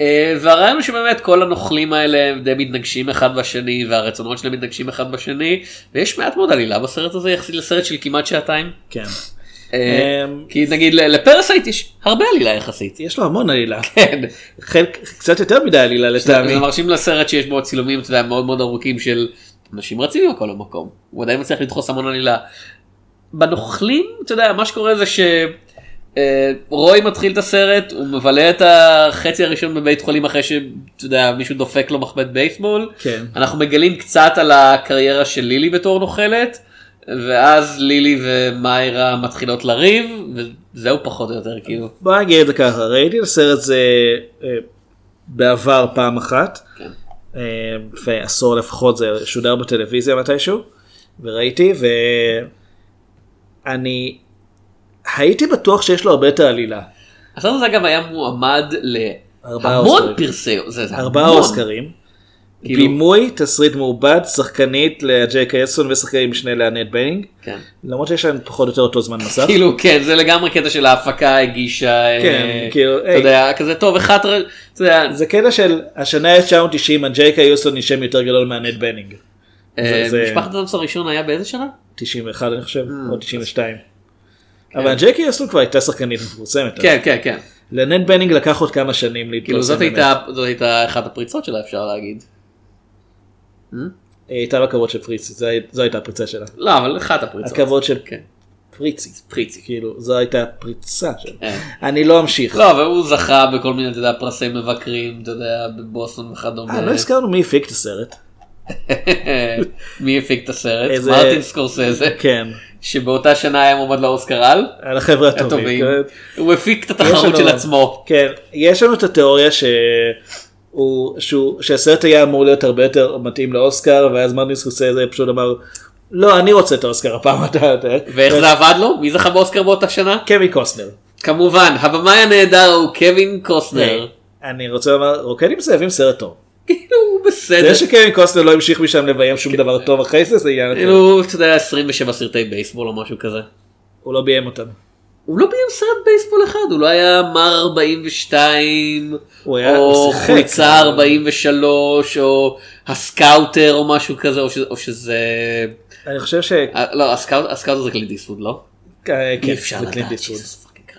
אה, והרעיון הוא שבאמת כל הנוכלים האלה הם די מתנגשים אחד בשני והרצונות שלהם מתנגשים אחד בשני ויש מעט מאוד עלילה בסרט הזה יחסית לסרט של כמעט שעתיים. כן. אה, אמ, כי נגיד ל- לפרסייט יש הרבה עלילה יחסית. יש לו המון עלילה. כן. חלק קצת יותר מדי עלילה לטעמי. זה מרשים לסרט שיש בו צילומים אתה יודע, מאוד מאוד ארוכים של אנשים רצים ממקום למקום. הוא עדיין מצליח לדחוס המון עלילה. בנוכלים אתה יודע מה שקורה זה ש... אה, רוי מתחיל את הסרט הוא מבלה את החצי הראשון בבית חולים אחרי שאתה יודע מישהו דופק לו מחבט בייסבול כן. אנחנו מגלים קצת על הקריירה של לילי בתור נוכלת ואז לילי ומיירה מתחילות לריב וזהו פחות או יותר כאילו בוא נגיד את זה ככה, ראיתי את הסרט זה אה, בעבר פעם אחת, כן. אה, לפני עשור לפחות זה שודר בטלוויזיה מתישהו, וראיתי ואני הייתי בטוח שיש לו הרבה יותר עלילה, הסרט הזה אגב היה מועמד ארבעה להמון אוסקרים. פרסי זה- זה ארבעה המון. אוסקרים, כאילו- בימוי, תסריט מעובד, שחקנית לג'ק אסון ושחקנים משנה לאנט בנינג, כן. למרות שיש להם פחות או יותר אותו זמן מסך, כאילו כן זה לגמרי קטע של ההפקה הגישה אה, כאילו, אתה היי. יודע כזה טוב אחת ר- אתה יודע, זה קטע של השנה 1990 הג'ק אסון היא שם יותר גדול מאנט בנינג, אה, זה- לא משפחת הדמס הראשון היה באיזה שנה? 91 אני חושב, אה, או 92. אבל ג'קי אסלו כבר הייתה שחקנית מפורסמת. כן כן כן לנד בנינג לקח עוד כמה שנים להתפרסם. כאילו זאת לא באמת. הייתה זאת הייתה אחת הפריצות שלה אפשר להגיד. אה, היא הייתה בכבוד של פריצי, זו הי- זו הייתה הפריצה שלה. לא אבל אחת הפריצות. הכבוד של כן. פריצי. פריצי. כאילו, זו הייתה הפריצה שלה. כן. אני לא אמשיך. לא, אבל הוא זכה בכל מיני, אתה יודע, פרסי מבקרים, אתה יודע, בבוסטון וכדומה. אה, לא הזכרנו מי הפיק את הסרט. מי הפיק את הסרט? איזה- מרטין סקורסזה, כן. שבאותה שנה היה מועמד לאוסקר על. על החבר'ה הטובים. הטובים. כן. הוא הפיק את יש התחרות לנו- של עצמו. כן. יש לנו את התיאוריה ש... הוא, שהוא, שהסרט היה אמור להיות הרבה יותר מתאים לאוסקר ואז מרטין סקוסזה פשוט אמר לא אני רוצה את האוסקר הפעם אתה יודע. ואיך זה עבד לו? מי זכה באוסקר באותה שנה? קווי קוסטנר. כמובן, הבמאי הנהדר הוא קווין קוסנר. כן. אני רוצה לומר, רוקד עם זאבים סרט טוב. כאילו, הוא בסדר. זה שקווין קוסטנר לא המשיך משם לביים שום דבר טוב אחרי זה, זה עניין אחר. כן. כאילו, אתה יודע, 27 סרטי בייסבול או משהו כזה. הוא לא ביים אותם. הוא לא ביים סרט בייסבול אחד, הוא לא היה מר 42, הוא היה- או הוא שיחק, חולצה אבל- 43, או הסקאוטר או משהו כזה, או, ש, או שזה... אני חושב שכן, אה, לא, הסקאוט, הסקאוטר זה קלינט איסטווד, לא? אי אפשר כן, זה קלינט לדעת, איסטווד. Jesus fucking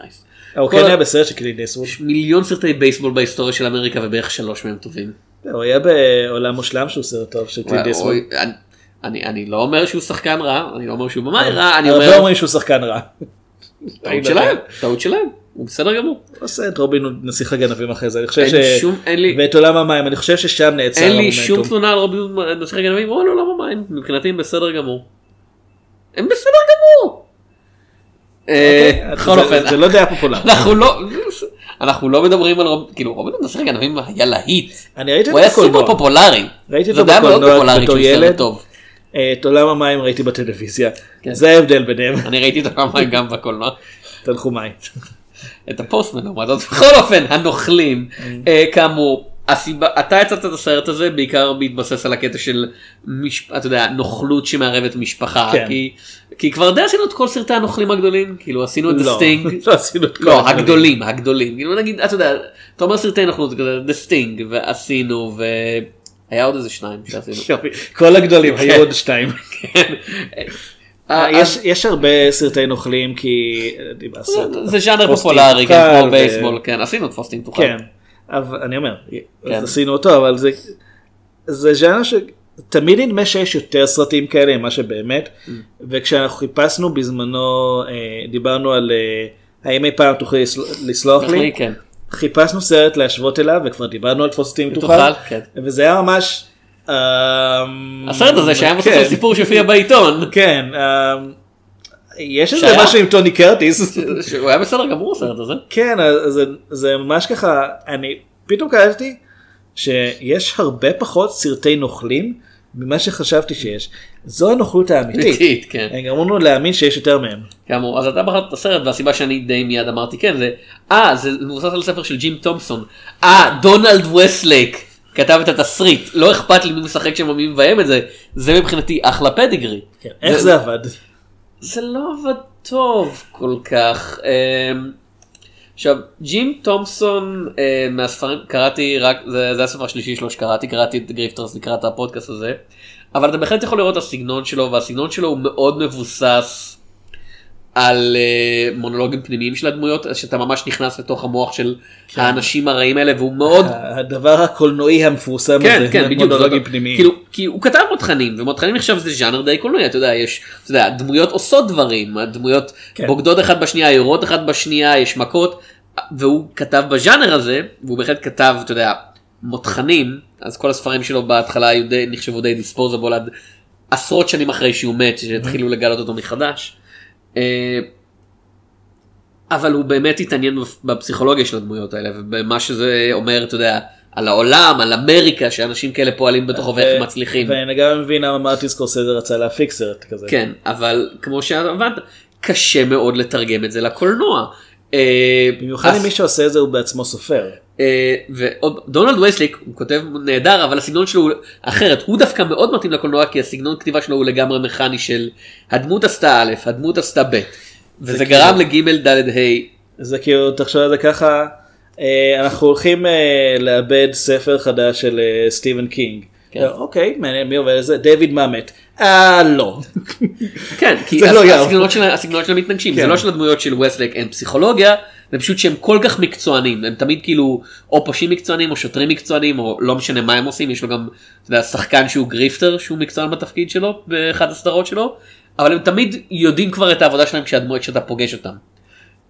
Christ. הוא כל כן ה- היה בסרט של קלינט איסטווד. יש מיליון סרטי בייסבול בהיסטוריה של אמריקה ובערך שלוש מהם טובים. הוא היה בעולם מושלם שהוא סרט טוב של קלינט איסטווד. אוי, אני, אני, אני לא אומר שהוא שחקן רע, אני לא אומר שהוא אה, במאי רע, אני הרבה אומר... אומרים שהוא שחקן רע. טעות שלהם, טעות שלהם, הוא בסדר גמור. הוא עושה את רובין הוד נסיך הגנבים אחרי זה, אני חושב ש... אין שום, אין לי... ואת עולם המים, אני חושב ששם נעצר אין לי שום המומנטום. תלונה על רובי הוד נוסח הגנבים, או לא, לא במים, מבחינתי הם בסדר גמור. הם בסדר גמור! אה, אוקיי, בכל זה- אופן, זה לא דעה פופולרית. אנחנו לא, אנחנו לא מדברים על רובי, כאילו רובי הוד נוסח הגנבים היה להיט, אני ראיתי את הוא היה סופר הקולנוע. פופולרי. ראיתי אותו זה היה מאוד בקולנוע פופולרי בתור שהוא סרט ילד. טוב. אה, את עולם המים ראיתי בטלוויזיה. כן. זה ההבדל ביניהם. אני ראיתי אותו כמה גם בקולנוע. תנחומיי. Mm. את הפוסטמן לעומת זאת. בכל אופן, הנוכלים, אה, כאמור, הסיבה, אתה יצאת את הסרט הזה בעיקר בהתבסס על הקטע של משפ... אתה יודע, נוכלות שמערבת משפחה, כן. כי, כי כבר די עשינו את כל סרטי הנוכלים הגדולים, כאילו עשינו את לא, הסטינג, לא עשינו את כל לא, הדברים. הגדולים, הגדולים. כאילו נגיד, אתה יודע, אתה אומר סרטי נוכלות, זה כזה, The Sting, ועשינו, והיה עוד איזה שניים שעשינו. יופי. כל הגדולים כן. היו עוד שתיים. כן. אה, אה, יש- יש הרבה סרטי נוכלים כי דיברנו על- זה ז'אנר תפוס פופולרי, כן, תמתוחל כמו ו- בייסבול, כן, עשינו תפוס תמתוחה. כן, אבל אני אומר, כן. אז עשינו אותו, אבל זה, זה ז'אנר שתמיד נדמה שיש יותר סרטים כאלה ממה שבאמת, Mm. וכשאנחנו חיפשנו בזמנו, אה, דיברנו על אה, האם אי פעם תוכלי לסל- לסלוח לי, כן. חיפשנו סרט להשוות אליו, וכבר דיברנו על תפוסתים תוכל, תוכל, כן. וזה היה ממש... אמ, הסרט הזה שהיה מבוסס על Mm. כן. סיפור שהופיע בעיתון, כן, אמ, יש איזה שהיה- משהו עם טוני קרטיס. הוא היה בסדר גמור הסרט הזה. כן, אז זה, זה ממש ככה, אני פתאום קלטתי שיש הרבה פחות סרטי נוכלים ממה שחשבתי שיש. זו הנוכלות האמיתית. אמיתית, כן. הם גרמו לנו להאמין שיש יותר מהם. כאמור, אז אתה בחרת את הסרט, והסיבה שאני די מיד אמרתי כן, זה, אה, זה מבוסס על ספר של ג'ים תומפסון. אה, דונלד וסלייק כתב את התסריט, לא אכפת לי מי משחק שם ומי מביים את זה, זה מבחינתי אחלה פדיגרי. כן, איך זה עבד? זה לא עבד טוב כל כך. אמ, עכשיו, ג'ים תומפסון אה, מהספרים, קראתי רק, זה, זה הספר השלישי שלו שקראתי, קראתי את גריפטרס לקראת הפודקאסט הזה, אבל אתה בהחלט יכול לראות את הסגנון שלו, והסגנון שלו הוא מאוד מבוסס על אה, מונולוגים פנימיים של הדמויות, אז שאתה ממש נכנס לתוך המוח של האנשים הרעים האלה, והוא מאוד הדבר הקולנועי המפורסם כן, הזה, כן, בדיוק. מונולוגים זאת- פנימיים. כאילו, כי הוא כתב מותחנים, ומותחנים עכשיו זה ז'אנר די קולנועי, אתה יודע, יש, אתה יודע, דמויות עושות דברים, הדמויות כן. בוגדות אחת בשנייה, יורות אחת בשנייה, יש מכות, והוא כתב בז'אנר הזה, והוא בהחלט כתב, אתה יודע, מותחנים, אז כל הספרים שלו בהתחלה היו די, נחשבו די דיספוזבול עד עשרות שנים אחרי שהוא מת, שהתחילו לגלות אותו מחדש. אה, אבל הוא באמת התעניין בפסיכולוגיה של הדמויות האלה ובמה שזה אומר אתה יודע על העולם על אמריקה שאנשים כאלה פועלים בתוכו ואיך הם ו- מצליחים ואני גם מבין למה מרטין סקורסזה רצה להפיק סרט כזה. כן אבל כמו שהבנת קשה מאוד לתרגם את זה לקולנוע. אה, במיוחד אז- אם מי שעושה את זה הוא בעצמו סופר. אה, ועוד דונלד וייסליק הוא כותב נהדר אבל הסגנון שלו הוא אחרת הוא דווקא מאוד מתאים לקולנוע כי הסגנון כתיבה שלו הוא לגמרי מכני של הדמות עשתה א' הדמות עשתה ב' וזה גרם לג' ד' ה' זה כאילו תחשוב על זה ככה אה, אנחנו הולכים אה, לאבד ספר חדש של אה, סטיבן קינג. כן. אה, אוקיי מעניין מי עובד על זה דיוויד מאמת. אה לא. כן, כי זה הס- לא יעבור. הסגנונות של- הסגנונות שלהם מתנגשים, זה כן. לא שלדמויות של וסטלק אין פסיכולוגיה, זה פשוט שהם כל כך מקצוענים, הם תמיד כאילו או פושעים מקצוענים או שוטרים מקצוענים או לא משנה מה הם עושים, יש לו גם, אתה יודע, שחקן שהוא גריפטר שהוא מקצוען בתפקיד שלו, באחת הסדרות שלו, אבל הם תמיד יודעים כבר את העבודה שלהם כשהדמויות שאתה פוגש אותם.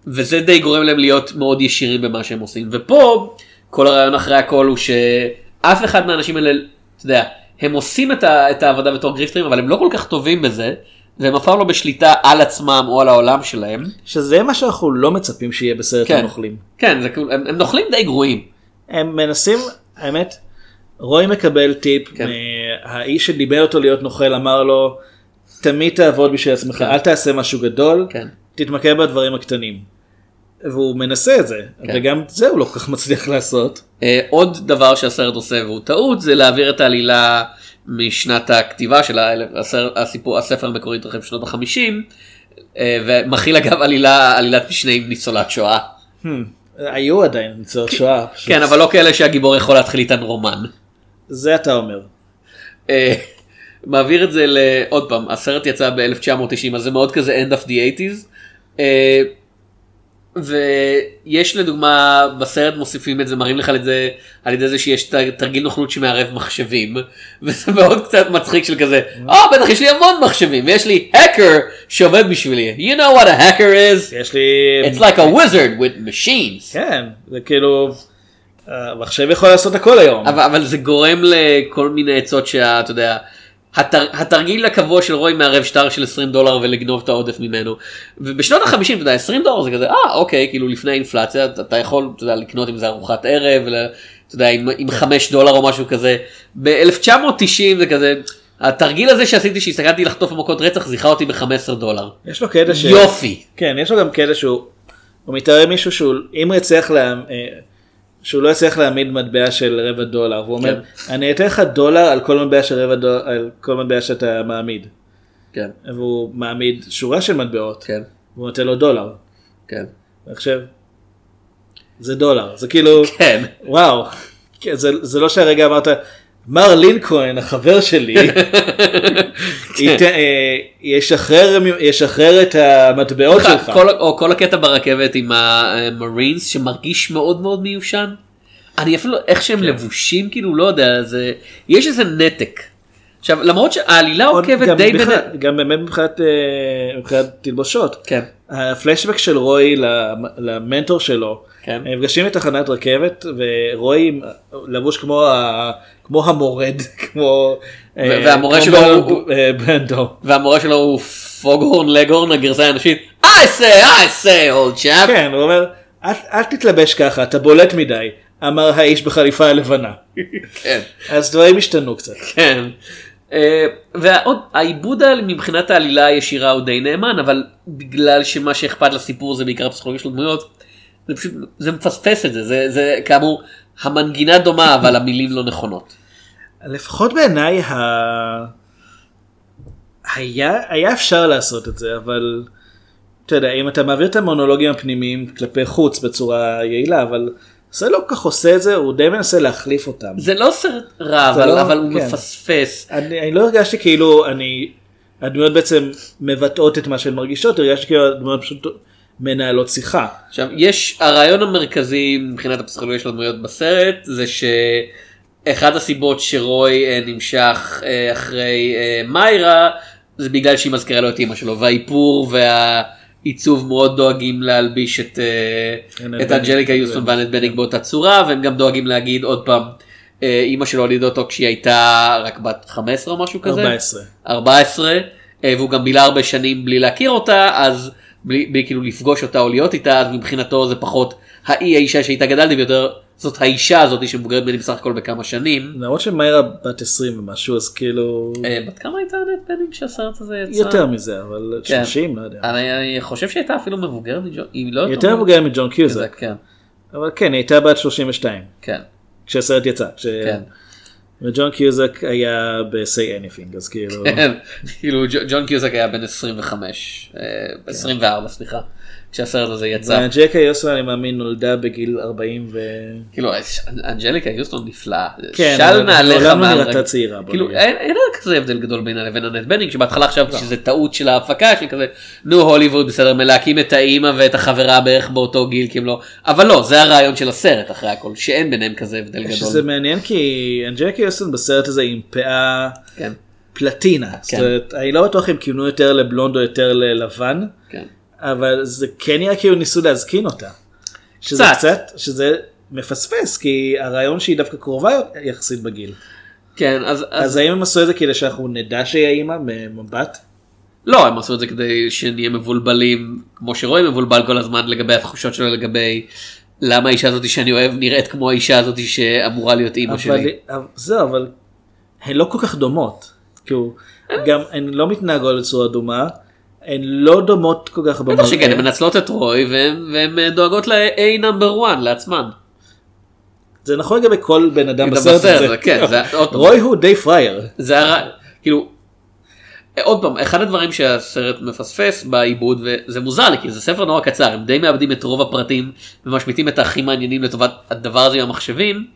וזה די גורם להם להיות מאוד ישירים במה שהם עושים. ופה, כל הרעיון אחרי הכל הוא שאף אחד מהאנשים האלה, אתה יודע, הם עושים את, ה, את העבודה בתור גריפטרים, אבל הם לא כל כך טובים בזה, והם אף פעם לא בשליטה על עצמם או על העולם שלהם. שזה מה שאנחנו לא מצפים שיהיה בסרט כן. הנוכלים. כן, זה, כאילו- הם, הם נוכלים די גרועים. הם מנסים האמת. רוי מקבל טיפ כן. מהאיש שדיבר אותו להיות נוכל אמר לו תמיד תעבוד בשביל עצמך כן. אל תעשה משהו גדול כן. תתמקד בדברים הקטנים. והוא מנסה את זה כן. וגם את זה הוא לא כל כך מצליח לעשות. אה, עוד דבר שהסרט עושה והוא טעות זה להעביר את העלילה משנת הכתיבה שלה, אל- הסר, הסיפור, הספר המקורי התרחב בשנות החמישים, אה, ומכיל אגב עלילה, עלילת משנה עם ניצולת שואה. היו עדיין ניצול שואה. פשוט. כן, אבל לא כאלה שהגיבור יכול להתחיל איתן רומן. זה אתה אומר. אה, מעביר את זה ל... עוד פעם, הסרט יצא ב-1990, אז זה מאוד כזה end of the 80's. אה, ויש לדוגמה, בסרט מוסיפים את זה, מראים לך את זה על ידי זה שיש ת- תרגיל נוכלות שמערב מחשבים, וזה מאוד קצת מצחיק של כזה, אה, בטח יש לי המון מחשבים, ויש לי hacker שעובד בשבילי. You know what a hacker is? יש לי... It's like a wizard with machines. כן, זה כאילו... המחשב יכול לעשות הכל היום. אבל, אבל זה גורם לכל מיני עצות שאתה יודע, התר, התרגיל הקבוע של רוי מערב שטר של 20 דולר ולגנוב את העודף ממנו. ובשנות ה-50, אתה יודע, 20 דולר זה כזה, אה, אוקיי, כאילו לפני האינפלציה, אתה, אתה יכול, אתה יודע, לקנות עם זה ארוחת ערב, ל- אתה יודע, עם, עם 5 דולר או משהו כזה. ב-1990 זה כזה, התרגיל הזה שעשיתי שהסתכלתי לחטוף מכות רצח זיכה אותי ב-15 דולר. יש לו קטע ש... יופי. כן, יש לו גם קטע שהוא... הוא מתאר מישהו שהוא... אם הוא יצליח לה... אה, שהוא לא הצליח להעמיד מטבע של רבע דולר, והוא אומר, אני אתן לך דולר על כל מטבע של רבע דולר, על כל מטבע שאתה מעמיד. כן, והוא מעמיד שורה של מטבעות, כן, והוא נותן לו דולר. כן. עכשיו, זה דולר, זה כאילו, כן. וואו, כן, זה, זה לא שהרגע אמרת, מר לינקולן, החבר שלי, כן. ית, אה, ישחרר, ישחרר את המטבעות שלך. כל, או כל הקטע ברכבת עם המרינס שמרגיש מאוד מאוד מיושן. אני אפילו איך כן. שהם לבושים כאילו לא יודע זה יש איזה נתק. עכשיו למרות שהעלילה עוד- עוקבת גם די בין... בכלל- גם באמת מבחינת אה, מבחינת תלבושות. כן. הפלשבק של רוי למ- למנטור שלו, כן. הם נפגשים בתחנת רכבת ורוי עם- לבוש כמו ה- כמו המורד, כמו... אה, והמורה כמו שלו בר- הוא- אה, ברנדו. והמורה שלו הוא פוגהורן לגהורן הגרסה האנושית I say I say old chap. כן, הוא אומר, "אל- אל תתלבש ככה, אתה בולט מדי, אמר האיש בחליפה הלבנה. כן. אז דברים השתנו קצת. כן. אה, והעוד העיבוד ה- מבחינת העלילה הישירה הוא די נאמן אבל בגלל שמה שאכפת לסיפור זה בעיקר הפסיכולוגיה של הדמויות זה פשוט זה מפספס את זה זה זה כאמור המנגינה דומה אבל המילים לא נכונות. לפחות בעיניי ה... היה, היה אפשר לעשות את זה אבל אתה יודע אם אתה מעביר את המונולוגים הפנימיים כלפי חוץ בצורה יעילה אבל זה לא כל כך עושה את זה הוא די מנסה להחליף אותם. זה לא סרט רע זה אבל, לא- אבל הוא כן. מפספס. אני, אני לא הרגשתי כאילו אני הדמויות בעצם מבטאות את מה שהן מרגישות הרגשתי כאילו הדמויות פשוט מנהלות שיחה. עכשיו יש הרעיון המרכזי מבחינת הפסיכולוגיה של הדמויות בסרט זה שאחד הסיבות שרוי אה, נמשך אה, אחרי אה, מיירה זה בגלל שהיא מזכירה לו את אימא שלו והאיפור והעיצוב מאוד דואגים להלביש את, אה, ענת את אנג'ליקה בניג. יוסטון ואנט בניג באותה צורה והם גם דואגים להגיד עוד פעם אה, אימא שלו הולידה אותו כשהיא הייתה רק בת 15 או משהו כזה. 14. 14 אה, והוא גם בילה הרבה שנים בלי להכיר אותה אז בלי, בלי כאילו לפגוש אותה או להיות איתה אז מבחינתו זה פחות האי האישה שאיתה גדלתי ויותר זאת האישה הזאת שמבוגרת ממני בסך הכל בכמה שנים. למרות שמאירה בת 20 ומשהו אז כאילו אה, בת כמה הייתה נט בנינג כשהסרט הזה יצא? יותר מזה אבל כן. 30 לא יודע. אני, אני חושב שהייתה אפילו מבוגרת מג'ון, היא לא יותר מבוגר מג'ון קיוזק. מג'ון. כן, אבל כן, היא הייתה בת 32, כן, כשהסרט יצא. כש... כן. וג'ון קיוזק היה ב-say anything, אז כאילו... כאילו ג'- ג'ון קיוזק היה בן 25, אה, כן. 24 סליחה, כשהסרט הזה יצא. ג'קה יוסו, אני מאמין, נולדה בגיל 40 ו... כאילו אנג'ליקה יוסטון נפלאה, כן, של אבל נעליך לעולם לא מעל נראתה רגל- צעירה, בוא לא. כאילו נגיד. אין אין כזה הבדל גדול בינה לבין הנט בנינג שבהתחלה חשבתי שזה טעות של ההפקה של כזה נו הוליווד בסדר מלהקים את האימא ואת החברה בערך באותו גיל כי הם לא אבל לא זה הרעיון של הסרט אחרי הכל שאין ביניהם כזה הבדל שזה גדול. מעניין כי ג'קה יוסו בסרט הזה עם פאה כן, פלטינה. זאת אומרת, אני לא בטוח אם כיוונו יותר לבלונד או יותר ללבן, כן. אבל זה כן נראה כאילו ניסו להזקין אותה. שזה קצת. קצת, שזה מפספס, כי הרעיון שהיא דווקא קרובה יחסית בגיל. כן אז אז אז האם הם עשו את זה כדי שאנחנו נדע שהיא האימא ממבט? לא הם עשו את זה כדי שנהיה מבולבלים כמו שרועי מבולבל כל הזמן לגבי התחושות שלו לגבי למה האישה הזאת שאני אוהב נראית כמו האישה הזאת שאמורה להיות אימא אבל שלי. אבל- זהו, אבל הן לא כל כך דומות. כאילו, גם הן לא מתנהגות בצורה דומה, הן לא דומות כל כך במובן. בטח שכן, הן מנצלות את רוי והן- והן אה, דואגות ל-A number 1 לעצמן. זה נכון לגבי כל בן אדם גם בסרט בסרט הזה. הזה, כן, זה- עוד פעם. רוי הוא די פראייר. זה הרע, כאילו, עוד פעם, אחד הדברים שהסרט מפספס בעיבוד, וזה מוזר לי, כי זה ספר נורא קצר, הם די מאבדים את רוב הפרטים ומשמיטים את הכי מעניינים לטובת הדבר הזה עם המחשבים,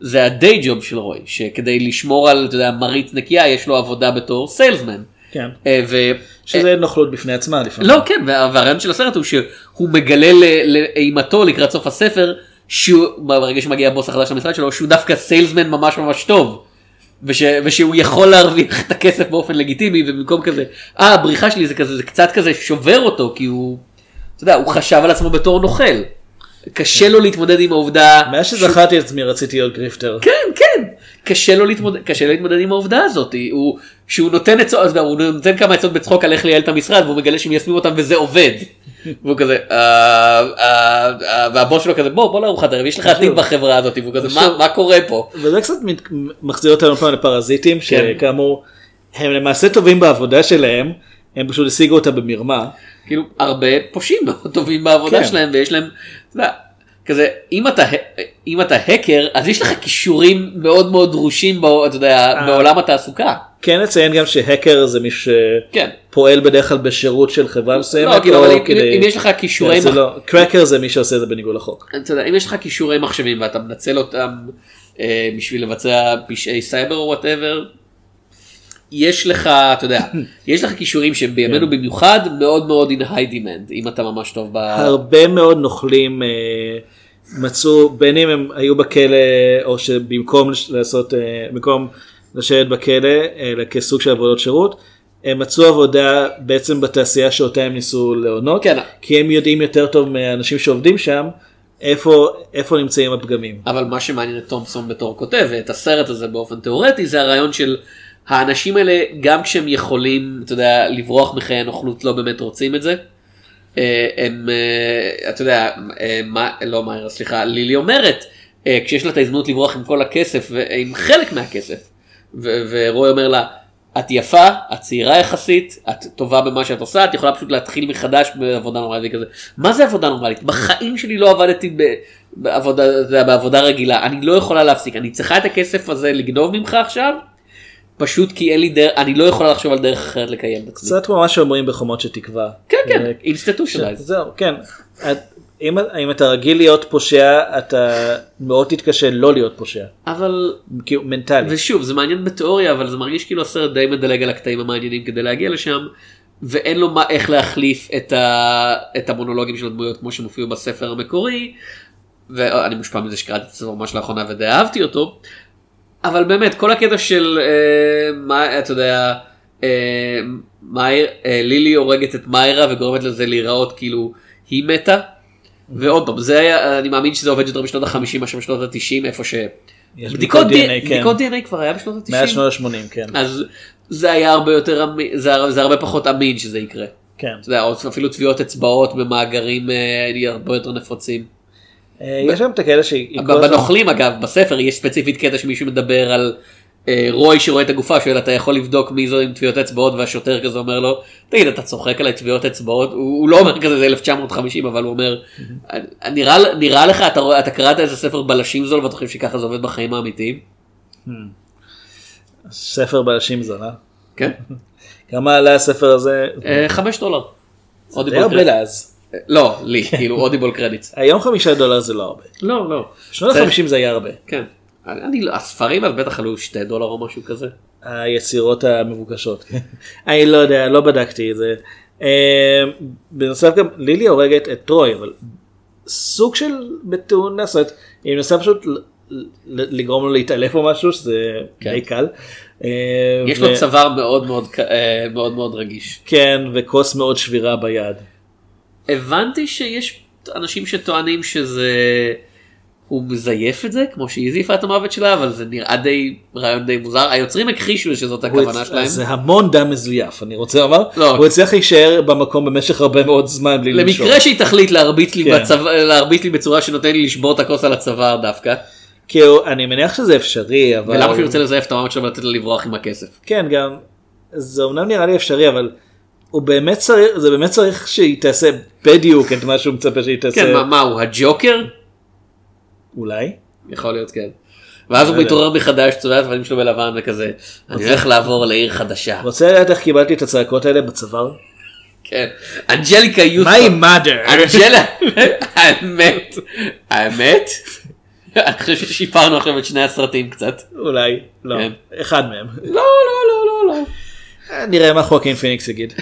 זה הדיי ג'וב של רוי, שכדי לשמור על, אתה יודע, מרית נקייה, יש לו עבודה בתור סיילסמן. כן. אה, ו... שזה נוכלות בפני עצמה לפעמים. לא כן וה- והרעיון של הסרט הוא שהוא מגלה ל- לאימתו לקראת סוף הספר שהוא ברגע שמגיע הבוס החדש למשרד שלו שהוא דווקא סיילסמן ממש ממש טוב. וש, ושהוא יכול להרוויח את הכסף באופן לגיטימי ובמקום כזה אה הבריחה שלי זה כזה זה קצת כזה שובר אותו כי הוא אתה יודע הוא חשב על עצמו בתור נוכל. קשה לו להתמודד עם העובדה מאז שזכרתי את עצמי רציתי להיות גריפטר. כן, כן. קשה לו להתמודד, קשה לו להתמודד עם העובדה הזאת, הוא, שהוא נותן עצות, אז הוא נותן כמה עצות בצחוק על איך לייעל את המשרד, והוא מגלה שמיישמים אותם וזה עובד. והוא כזה, "אה, אה, אה", והבוס שלו כזה, בוא, בוא לארוחת ערב, יש לך עתיד בחברה הזאת, והוא כזה, "מה- מה קורה פה? וזה קצת מת- מחזיר אותנו פעם לפרזיטים, כן. שכאמור, הם למעשה טובים בעבודה שלהם, הם פשוט השיגו אותה במרמה. כאילו, הרבה פושעים מאוד טובים בעבודה כן. שלהם, ויש להם, אתה יודע, כזה אם אתה אם אתה האקר אז יש לך כישורים מאוד מאוד דרושים בו, אתה יודע, בעולם התעסוקה. כן נציין גם שהאקר זה מי כן. שפועל בדרך כלל בשירות של חברה מסוימת. לא, כאילו, או אבל אם- כדי- אם יש לך כישורי כן, זה מח- לא- קרקר זה מי שעושה את זה בניגוד לחוק. אתה יודע, אם יש לך כישורי מחשבים ואתה מנצל אותם אה, בשביל לבצע פשעי סייבר או וואטאבר, יש לך, אתה יודע, יש לך כישורים שהם בימינו במיוחד מאוד מאוד in high demand, אם אתה ממש טוב ב... הרבה מאוד נוכלים אה, מצאו בין אם הם היו בכלא או שבמקום לש- לעשות אה, במקום לשבת בכלא אלא כסוג של עבודות שירות. הם מצאו עבודה בעצם בתעשייה שאותה הם ניסו להונות, כן. כי הם יודעים יותר טוב מהאנשים שעובדים שם איפה, איפה נמצאים הפגמים. אבל מה שמעניין את תומפסון בתור כותב, את הסרט הזה באופן תיאורטי, זה הרעיון של האנשים האלה, גם כשהם יכולים, אתה יודע, לברוח מחיי הנוכלות, לא באמת רוצים את זה. אה, הם, אה, אתה יודע, אה, מה, לא מאירה, סליחה, לילי אומרת, אה, כשיש לה את ההזדמנות לברוח עם כל הכסף, ו- עם חלק מהכסף, ו- ורוי אומר לה, את יפה, את צעירה יחסית, את טובה במה שאת עושה, את יכולה פשוט להתחיל מחדש בעבודה נורמלית כזה. מה זה עבודה נורמלית? בחיים שלי לא עבדתי ב- בעבודה, אתה יודע, בעבודה רגילה, אני לא יכולה להפסיק, אני צריכה את הכסף הזה לגנוב ממך עכשיו, פשוט כי אין לי דרך, אני לא יכולה לחשוב על דרך אחרת לקיים את עצמי. קצת כמו מה שאומרים בחומות שתקווה. כן, כן, אה, אינסטטושנלייז. זהו, כן. את, אם, אם אתה רגיל להיות פושע, אתה מאוד תתקשה לא להיות פושע. אבל כאילו מנטלית. ושוב זה מעניין בתיאוריה אבל זה מרגיש כאילו הסרט די מדלג על הקטעים המעניינים כדי להגיע לשם ואין לו מה איך להחליף את, ה, את המונולוגים של הדמויות כמו שמופיעו בספר המקורי ואני מושפע מזה שקראתי את הספר ממש לאחרונה ודי אהבתי אותו אבל באמת כל הקטע של אה, מה אתה יודע אה, מאיר, אה, לילי הורגת את מאירה וגורמת לזה להיראות כאילו היא מתה. ועוד פעם זה היה אני מאמין שזה עובד יותר בשנות החמישים מאשר בשנות התשעים איפה ש... יש בדיקות בדיקות DNA, DNA, כן. בדיקות DNA כבר היה בשנות מאז ה-90, שנות ה-80, כן. אז זה היה הרבה יותר, אמי- זה הר- זה הרבה פחות אמין שזה יקרה. כן. אתה יודע, או אפילו טביעות אצבעות במאגרים אה, יהיו הרבה יותר נפוצים. אה, יש שם את הכאלה שהיא... ב- בנוכלים אגב, בספר יש ספציפית קטע שמישהו מדבר על אה, רוי שרואה את הגופה, שואל אתה יכול לבדוק מי זו עם טביעות אצבעות, והשוטר כזה אומר לו, תגיד אתה צוחק עליי טביעות אצבעות, הוא הוא לא אומר כזה זה 1950 אבל הוא אומר, "נראה ל- נראה לך אתה רואה- אתה קראת איזה ספר בלשים זול ואתה חושב שככה זה עובד בחיים האמיתיים? ספר בלשים זונה. כן. כמה עלה הספר הזה? אה, חמש דולר. די הרבה קרדיט. לאז. אה, לא, לי, כאילו אודיבול קרדיטס. היום חמישה דולר זה לא הרבה. לא, לא. בשנות זה- ה-50 זה היה הרבה. כן. אני, אני לא- הספרים אז בטח עלו שתי דולר או משהו כזה. היצירות המבוקשות. אני לא יודע, לא בדקתי את זה. אה, בנוסף גם לילי הורגת את טרוי, אבל סוג של בתאונה, זאת אומרת, היא מנסה פשוט ל- ל- לגרום לו להתעלף או משהו, שזה כן. די קל. אה, יש ו- לו צוואר מאוד מאוד, ק- אה, מאוד מאוד רגיש. כן, וכוס מאוד שבירה ביד. הבנתי שיש אנשים שטוענים שזה... הוא מזייף את זה כמו שהיא הזיפה את המוות שלה אבל זה נראה די רעיון די מוזר היוצרים הכחישו שזאת הוא הכוונה הצ- שלהם זה המון דם מזויף, אני רוצה לומר. לא. הוא הצליח להישאר במקום במשך הרבה מאוד זמן בלי לנשום. למקרה שהיא תחליט להרביץ לי כן. בצו- להרביץ לי בצורה שנותן לי לשבור את הכוס על הצוואר דווקא כאילו, אני מניח שזה אפשרי, אבל... ולמה שהוא ירצה לזייף את המוות שלה ולתת לה לברוח עם הכסף. כן, גם... זה אומנם נראה לי אפשרי, אבל... הוא באמת צריך, זה באמת צריך שהיא תעשה בדיוק את מה שהוא מצפה שהיא תעשה. כן, מה, מה הוא הג'וקר? אולי? יכול להיות, כן. ואז הוא לא יודע. מתעורר מחדש, צובע את הפנים שלו בלבן וכזה, אני הולך לעבור לעיר חדשה. רוצה לדעת איך קיבלתי את הצעקות האלה בצוואר? כן. אנג'ליקה יוסטון. mother? אנג'לה, האמת, האמת, אני חושב ששיפרנו עכשיו את שני הסרטים קצת. אולי, לא. כן. אחד מהם. לא, לא, לא, לא, לא. נראה מה חוקין פיניקס יגיד.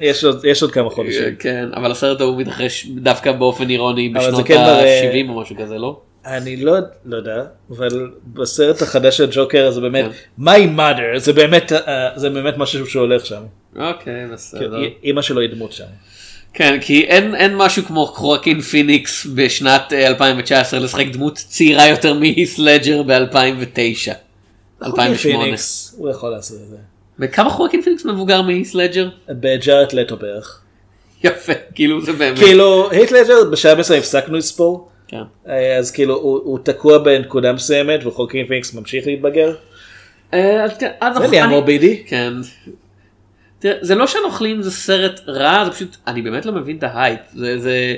יש עוד- יש עוד כמה חודשים. כן, אבל הסרט ההוא מתרחש דווקא באופן אירוני אבל זה בשנות כן מראה- ה-70 או משהו כזה, לא? אני לא, לא יודע, אבל בסרט החדש של ג'וקר זה באמת, my mother, זה באמת, אה, זה באמת משהו שהולך שם. אוקיי, בסדר. אימא שלו היא דמות שם. כן, כי אין, אין משהו כמו חואקין פיניקס בשנת אה, 2019 לשחק דמות צעירה יותר מהיס לג'ר ב-2009. 2008. פיניקס, הוא יכול לעשות את זה. וכמה חואקין פיניקס מבוגר מהיס לג'ר? בג'ארט לטו בערך. יפה, כאילו זה באמת. כאילו, היט לג'ר בשעה מסוים הפסקנו לספור, כן. אה, אז כאילו הוא הוא תקוע בנקודה מסוימת וחוקין פיניקס ממשיך להתבגר. אה, אז תראה, אז זה אנחנו- ליאם אני- רובידי. כן. תראה, זה לא שהנוכלים זה סרט רע, זה פשוט, אני באמת לא מבין את ההייפ. זה, זה...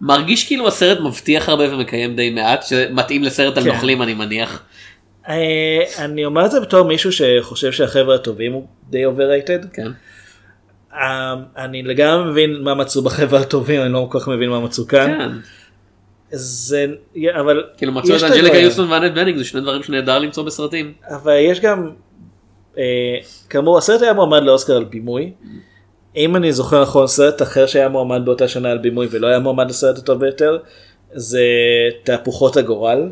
מרגיש כאילו הסרט מבטיח הרבה ומקיים די מעט, שמתאים לסרט על כן. נוכלים אני מניח. אה, אני אומר את זה בתור מישהו שחושב שהחבר'ה הטובים הוא די overrated. כן. אה, אני לגמרי מבין מה מצאו בחבר'ה הטובים, אני לא כל כך מבין מה מצאו כאן. כן. זה, אבל... כאילו מצאו את יש אנג'ליקה הדברים. יוסטון ואנט בנינג זה שני דברים שנהדר למצוא בסרטים. אבל יש גם, אה, כאמור הסרט היה מועמד לאוסקר על בימוי. אם אני זוכר נכון סרט אחר שהיה מועמד באותה שנה על בימוי ולא היה מועמד לסרט הטוב ביותר זה תהפוכות הגורל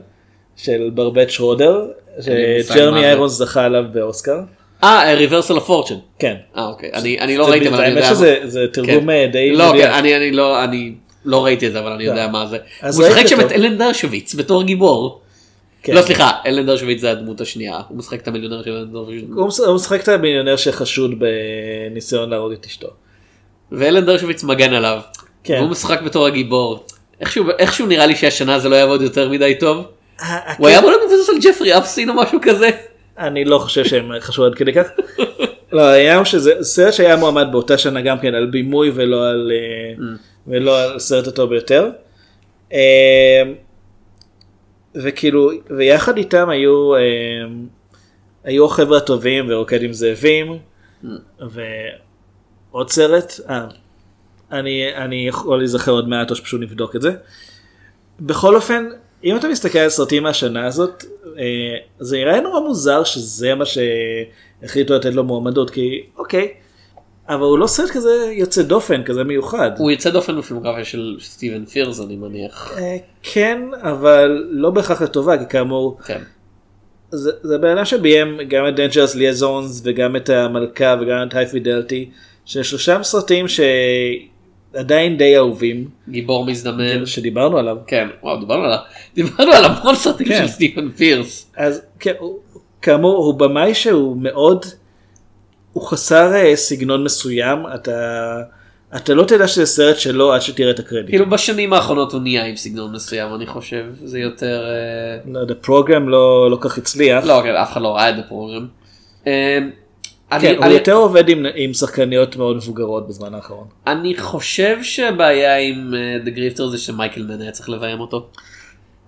של ברבט שרודר אין לי מושג מה שג'רמי זה. איירונס זכה עליו באוסקר. אה, ריברסל הפורצ'ן. כן. אה אוקיי, אני אני לא זה- ראיתי אבל אני האמת יודע. שזה זה תרגום אה, די לא, מדויק. כן, אני אני לא, אני לא ראיתי את זה אבל אני יודע מה זה. אז הוא משחק ראיתי שם את אותו. אלן דרשוויץ בתור גיבור. כן. לא סליחה, אלן דרשוויץ זה הדמות השנייה, הוא משחק את המיליונר של אלן דרשוויץ. הוא מש- הוא משחק את המיליונר שחשוד בניסיון להרוג את אשתו. ואלן דרשוויץ מגן עליו. כן. והוא משחק בתור הגיבור. איכשהו, איכשהו נראה לי שהשנה זה לא יעבוד יותר מדי טוב. ה- הוא היה אמור להיות מבוסס על ג'פרי אפסין או משהו כזה. אני לא חושב שהם חשבו עד כדי כך. לא, היה שזה סרט שהיה מועמד באותה שנה גם כן על בימוי ולא על, אה, ולא על סרט הטוב ביותר. אה, וכאילו, ויחד איתם היו, אה, היו החבר'ה הטובים ורוקד עם זאבים, ועוד סרט, אה, אני, אני יכול להיזכר עוד מעט או שפשוט נבדוק את זה. בכל אופן, אם אתה מסתכל על סרטים מהשנה הזאת, אה, זה נראה נורא מוזר שזה מה שהחליטו לתת לו מועמדות, כי אוקיי, אבל הוא לא סרט כזה יוצא דופן, כזה מיוחד. הוא יוצא דופן בפילמוגרפיה של סטיבן פירס אני מניח. אה, כן, אבל לא בהכרח לטובה, כי כאמור, כן. זה זה הבן אדם שביים גם את Dangerous Liaisons וגם את המלכה וגם את High Fidelity, ששלושם סרטים שעדיין די אהובים, כאילו, גיבור מזדמן. שדיברנו עליו. כן, וואו, דיברנו על, ה- דיברנו על המון סרטים כן. של סטיבן פירס. אז כן, הוא- כאמור הוא במאי שהוא מאוד, הוא חסר אה, סגנון מסוים, אתה, אתה לא תדע שזה סרט שלו עד שתראה את הקרדיט. כאילו בשנים האחרונות הוא נהיה עם סגנון מסוים, אני חושב, זה יותר... אה, לא יודע, פרוגרם לא, לא כך הצליח, לא, כן, אף אחד לא ראה את הפרוגרם. אה, אני- כן, הוא אני- יותר עובד עם, עם שחקניות מאוד מבוגרות בזמן האחרון. אני חושב שהבעיה עם אה, The Grifter זה שמייקל מן היה צריך לביים אותו.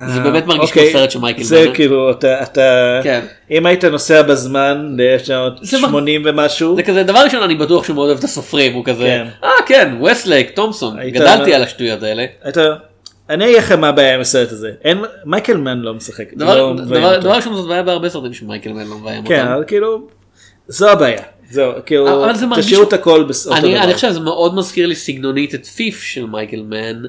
זה באמת מרגיש כמו אוקיי, סרט של מייקל זה מן. כאילו אתה, אתה כן. אם היית נוסע בזמן זה מר- ל-80 ומשהו, זה כזה דבר ראשון אני בטוח שהוא מאוד אוהב את הסופרים הוא כזה כן. אה כן וסלייק תומסון היית- גדלתי על השטויות האלה. היית, אני אגיד לך מה הבעיה עם הסרט הזה, אין, מייקל מן לא משחק, לא דבר מביים דבר- אותו. דבר ראשון זאת בעיה בהרבה סרטים שמייקל מן לא מביים כן, אותם. אבל כאילו, זו הבעיה. זהו, כאילו, אבל זה מרגיש- תשאירו את הכל בס- אותו אני, דבר. אני חושב שזה מאוד מזכיר לי סגנונית את פיף של מייקל מן,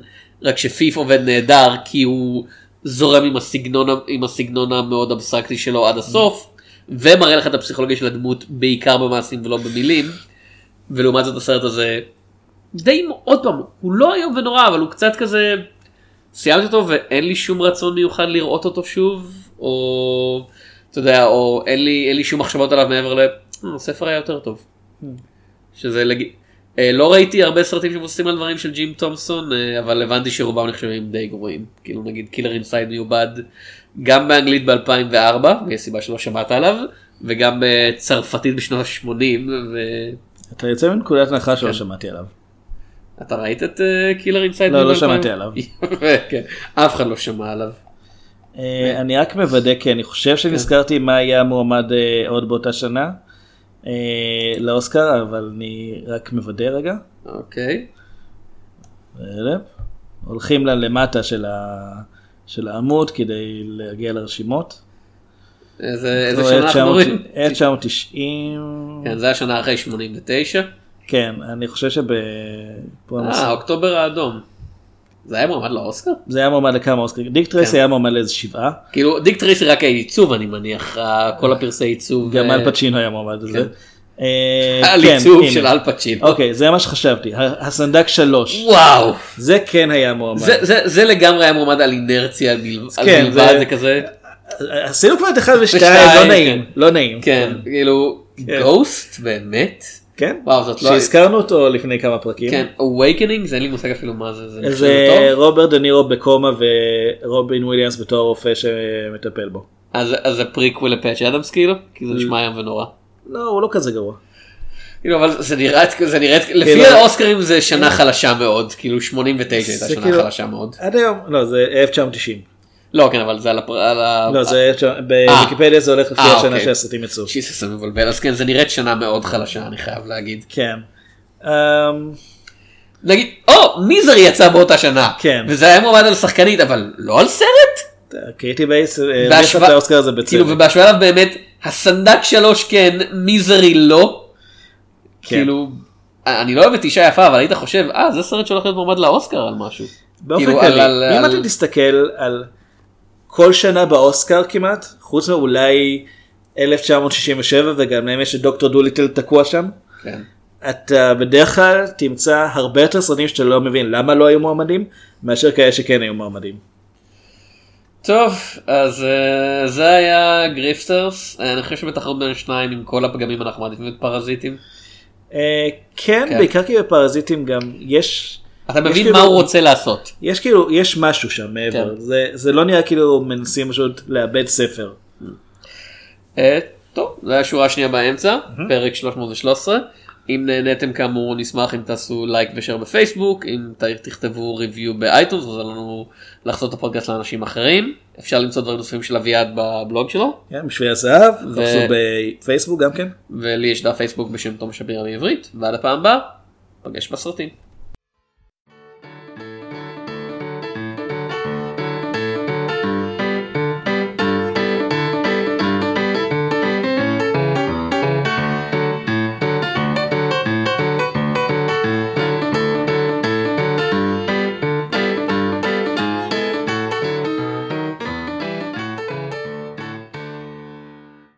רק שפיף עובד נהדר כי הוא זורם עם הסגנון, ה- עם הסגנון המאוד אבסטרקטי שלו עד הסוף, ומראה לך את הפסיכולוגיה של הדמות בעיקר במעשים ולא במילים, ולעומת זאת הסרט הזה די, עוד פעם, הוא לא איום ונורא, אבל הוא קצת כזה, סיימתי אותו ואין לי שום רצון מיוחד לראות אותו שוב, או... אתה יודע, או אין לי, אין לי שום מחשבות עליו מעבר ל... "אה, הספר היה יותר טוב. שזה לג... אה, לא ראיתי הרבה סרטים שמבוססים על דברים של ג'ים תומסון, אה, אבל הבנתי שרובם נחשבים די גרועים. כאילו נגיד קילר אינסייד מיובד, גם באנגלית ב-2004, ויש סיבה שלא שמעת עליו, וגם בצרפתית בשנות ה-80, אתה יוצא מנקודת הנחה כן. שלא שמעתי עליו. ואתה ראית את אה, קילר אינסייד לא, לא שמעתי עליו. כן, אף אחד לא שמע עליו. אה, אני רק מוודא, כי אני כן. חושב שנזכרתי מה היה המועמד אה, עוד באותה שנה אה, לאוסקר, אבל אני רק מוודא רגע. אוקיי. אה, הולכים ל- למטה של ה- של העמוד כדי להגיע לרשימות. לא, איזה איזה זו שנה אנחנו רואים? אה, 1990, כן, זה השנה אחרי 89. כן, אני חושב שב... פה אני אה, אוקטובר האדום. זה היה מועמד לאוסקר? זה היה מועמד לכמה אוסקרים. דיק טרייס כן. היה מועמד לאיזה שבעה, כאילו דיק טרייסי רק העיצוב אני מניח ה- כל הפרסי עיצוב גם אה, אל פצ'ינו היה מועמד לזה. אה, כן. על כן, עיצוב הנה. של אל פצ'ינו. אוקיי, זה מה שחשבתי, ה- הסנדק שלוש, וואו זה כן היה מועמד. זה- זה- זה לגמרי היה מועמד על אינרציה בלב- על כן, בלבד זה- זה כזה עשינו כבר את אחד ושתיים, ושתיים, לא נעים, כן. לא נעים. כן כאילו גוסט באמת כן? וואו, זאת לא- שהזכרנו אותו לפני כמה פרקים. כן awakening זה אין לי מושג אפילו מה זה זה נחשב זה טוב. אה, רוברט דה נירו בקומה ורובין וויליאמס בתור הרופא שמטפל בו. Mm. אז אז זה פריקוול לפאצ' אדמס כאילו כי זה נשמע היום ונורא. לא, הוא לא כזה גרוע. כאילו, אבל זה נראה, זה נראה, לפי כאילו- האוסקרים זה שנה חלשה מאוד, כאילו 89 הייתה זה שנה כאילו- חלשה מאוד. עד היום, לא, זה 1990. לא, כן, אבל זה על הפ... על ה... לא, זה 1990, בוויקיפדיה זה הולך לפי אה, השנה אוקיי. שהסרטים יצאו. שיסס זה מבלבל, אז כן, זה נראית שנה מאוד חלשה, אני חייב להגיד. כן. אמ, נגיד, או, מיזרי יצא באותה שנה. כן. וזה היה מועמד על שחקנית, אבל לא על סרט? קריטי בייס, אה, הרוויחה בהשוואה- את האוסקר הזה בצדק. כאילו, ובהשוואה אליו באמת, הסנדק שלוש כן, מיזרי לא. כן. כאילו, אני לא אוהב את אישה יפה, אבל היית חושב, אה, זה סרט שהולך להיות מועמד לאוסקר על משהו. באופן כאילו, כללי, על- על- אם על- אתה תסתכל על כל שנה באוסקר כמעט, חוץ מאולי 1967 וגם להם יש את דוקטור דוליטל תקוע שם, כן. אתה בדרך כלל תמצא הרבה יותר סרטים שאתה לא מבין למה לא היו מועמדים, מאשר כאלה שכן היו מועמדים. טוב, אז אה, זה היה גריפסטרס, אה, אני חושב שבתחרות בין השניים עם כל הפגמים אנחנו מעדיפים את פרזיטים. אה, כן, כן. בעיקר כי בפרזיטים גם יש... אתה יש מבין כאילו- מה הוא רוצה לעשות. יש כאילו, יש משהו שם מעבר, כן. זה- זה לא נראה כאילו מנסים פשוט לאבד ספר. אה, טוב, זו הייתה שורה שנייה באמצע, פרק 313. אם נהניתם כאמור נשמח אם תעשו לייק ושאר בפייסבוק, אם ת- תכתבו ריוויו באייטונס, עוזר לנו לחשוף את הפודקאסט לאנשים אחרים. אפשר למצוא דברים נוספים של אביעד בבלוג שלו, כן, בשביל הזהב, חפשו בפייסבוק גם כן. ולי יש דף פייסבוק בשם תום שפירא בעברית, ועד הפעם הבאה, נפגש בסרטים.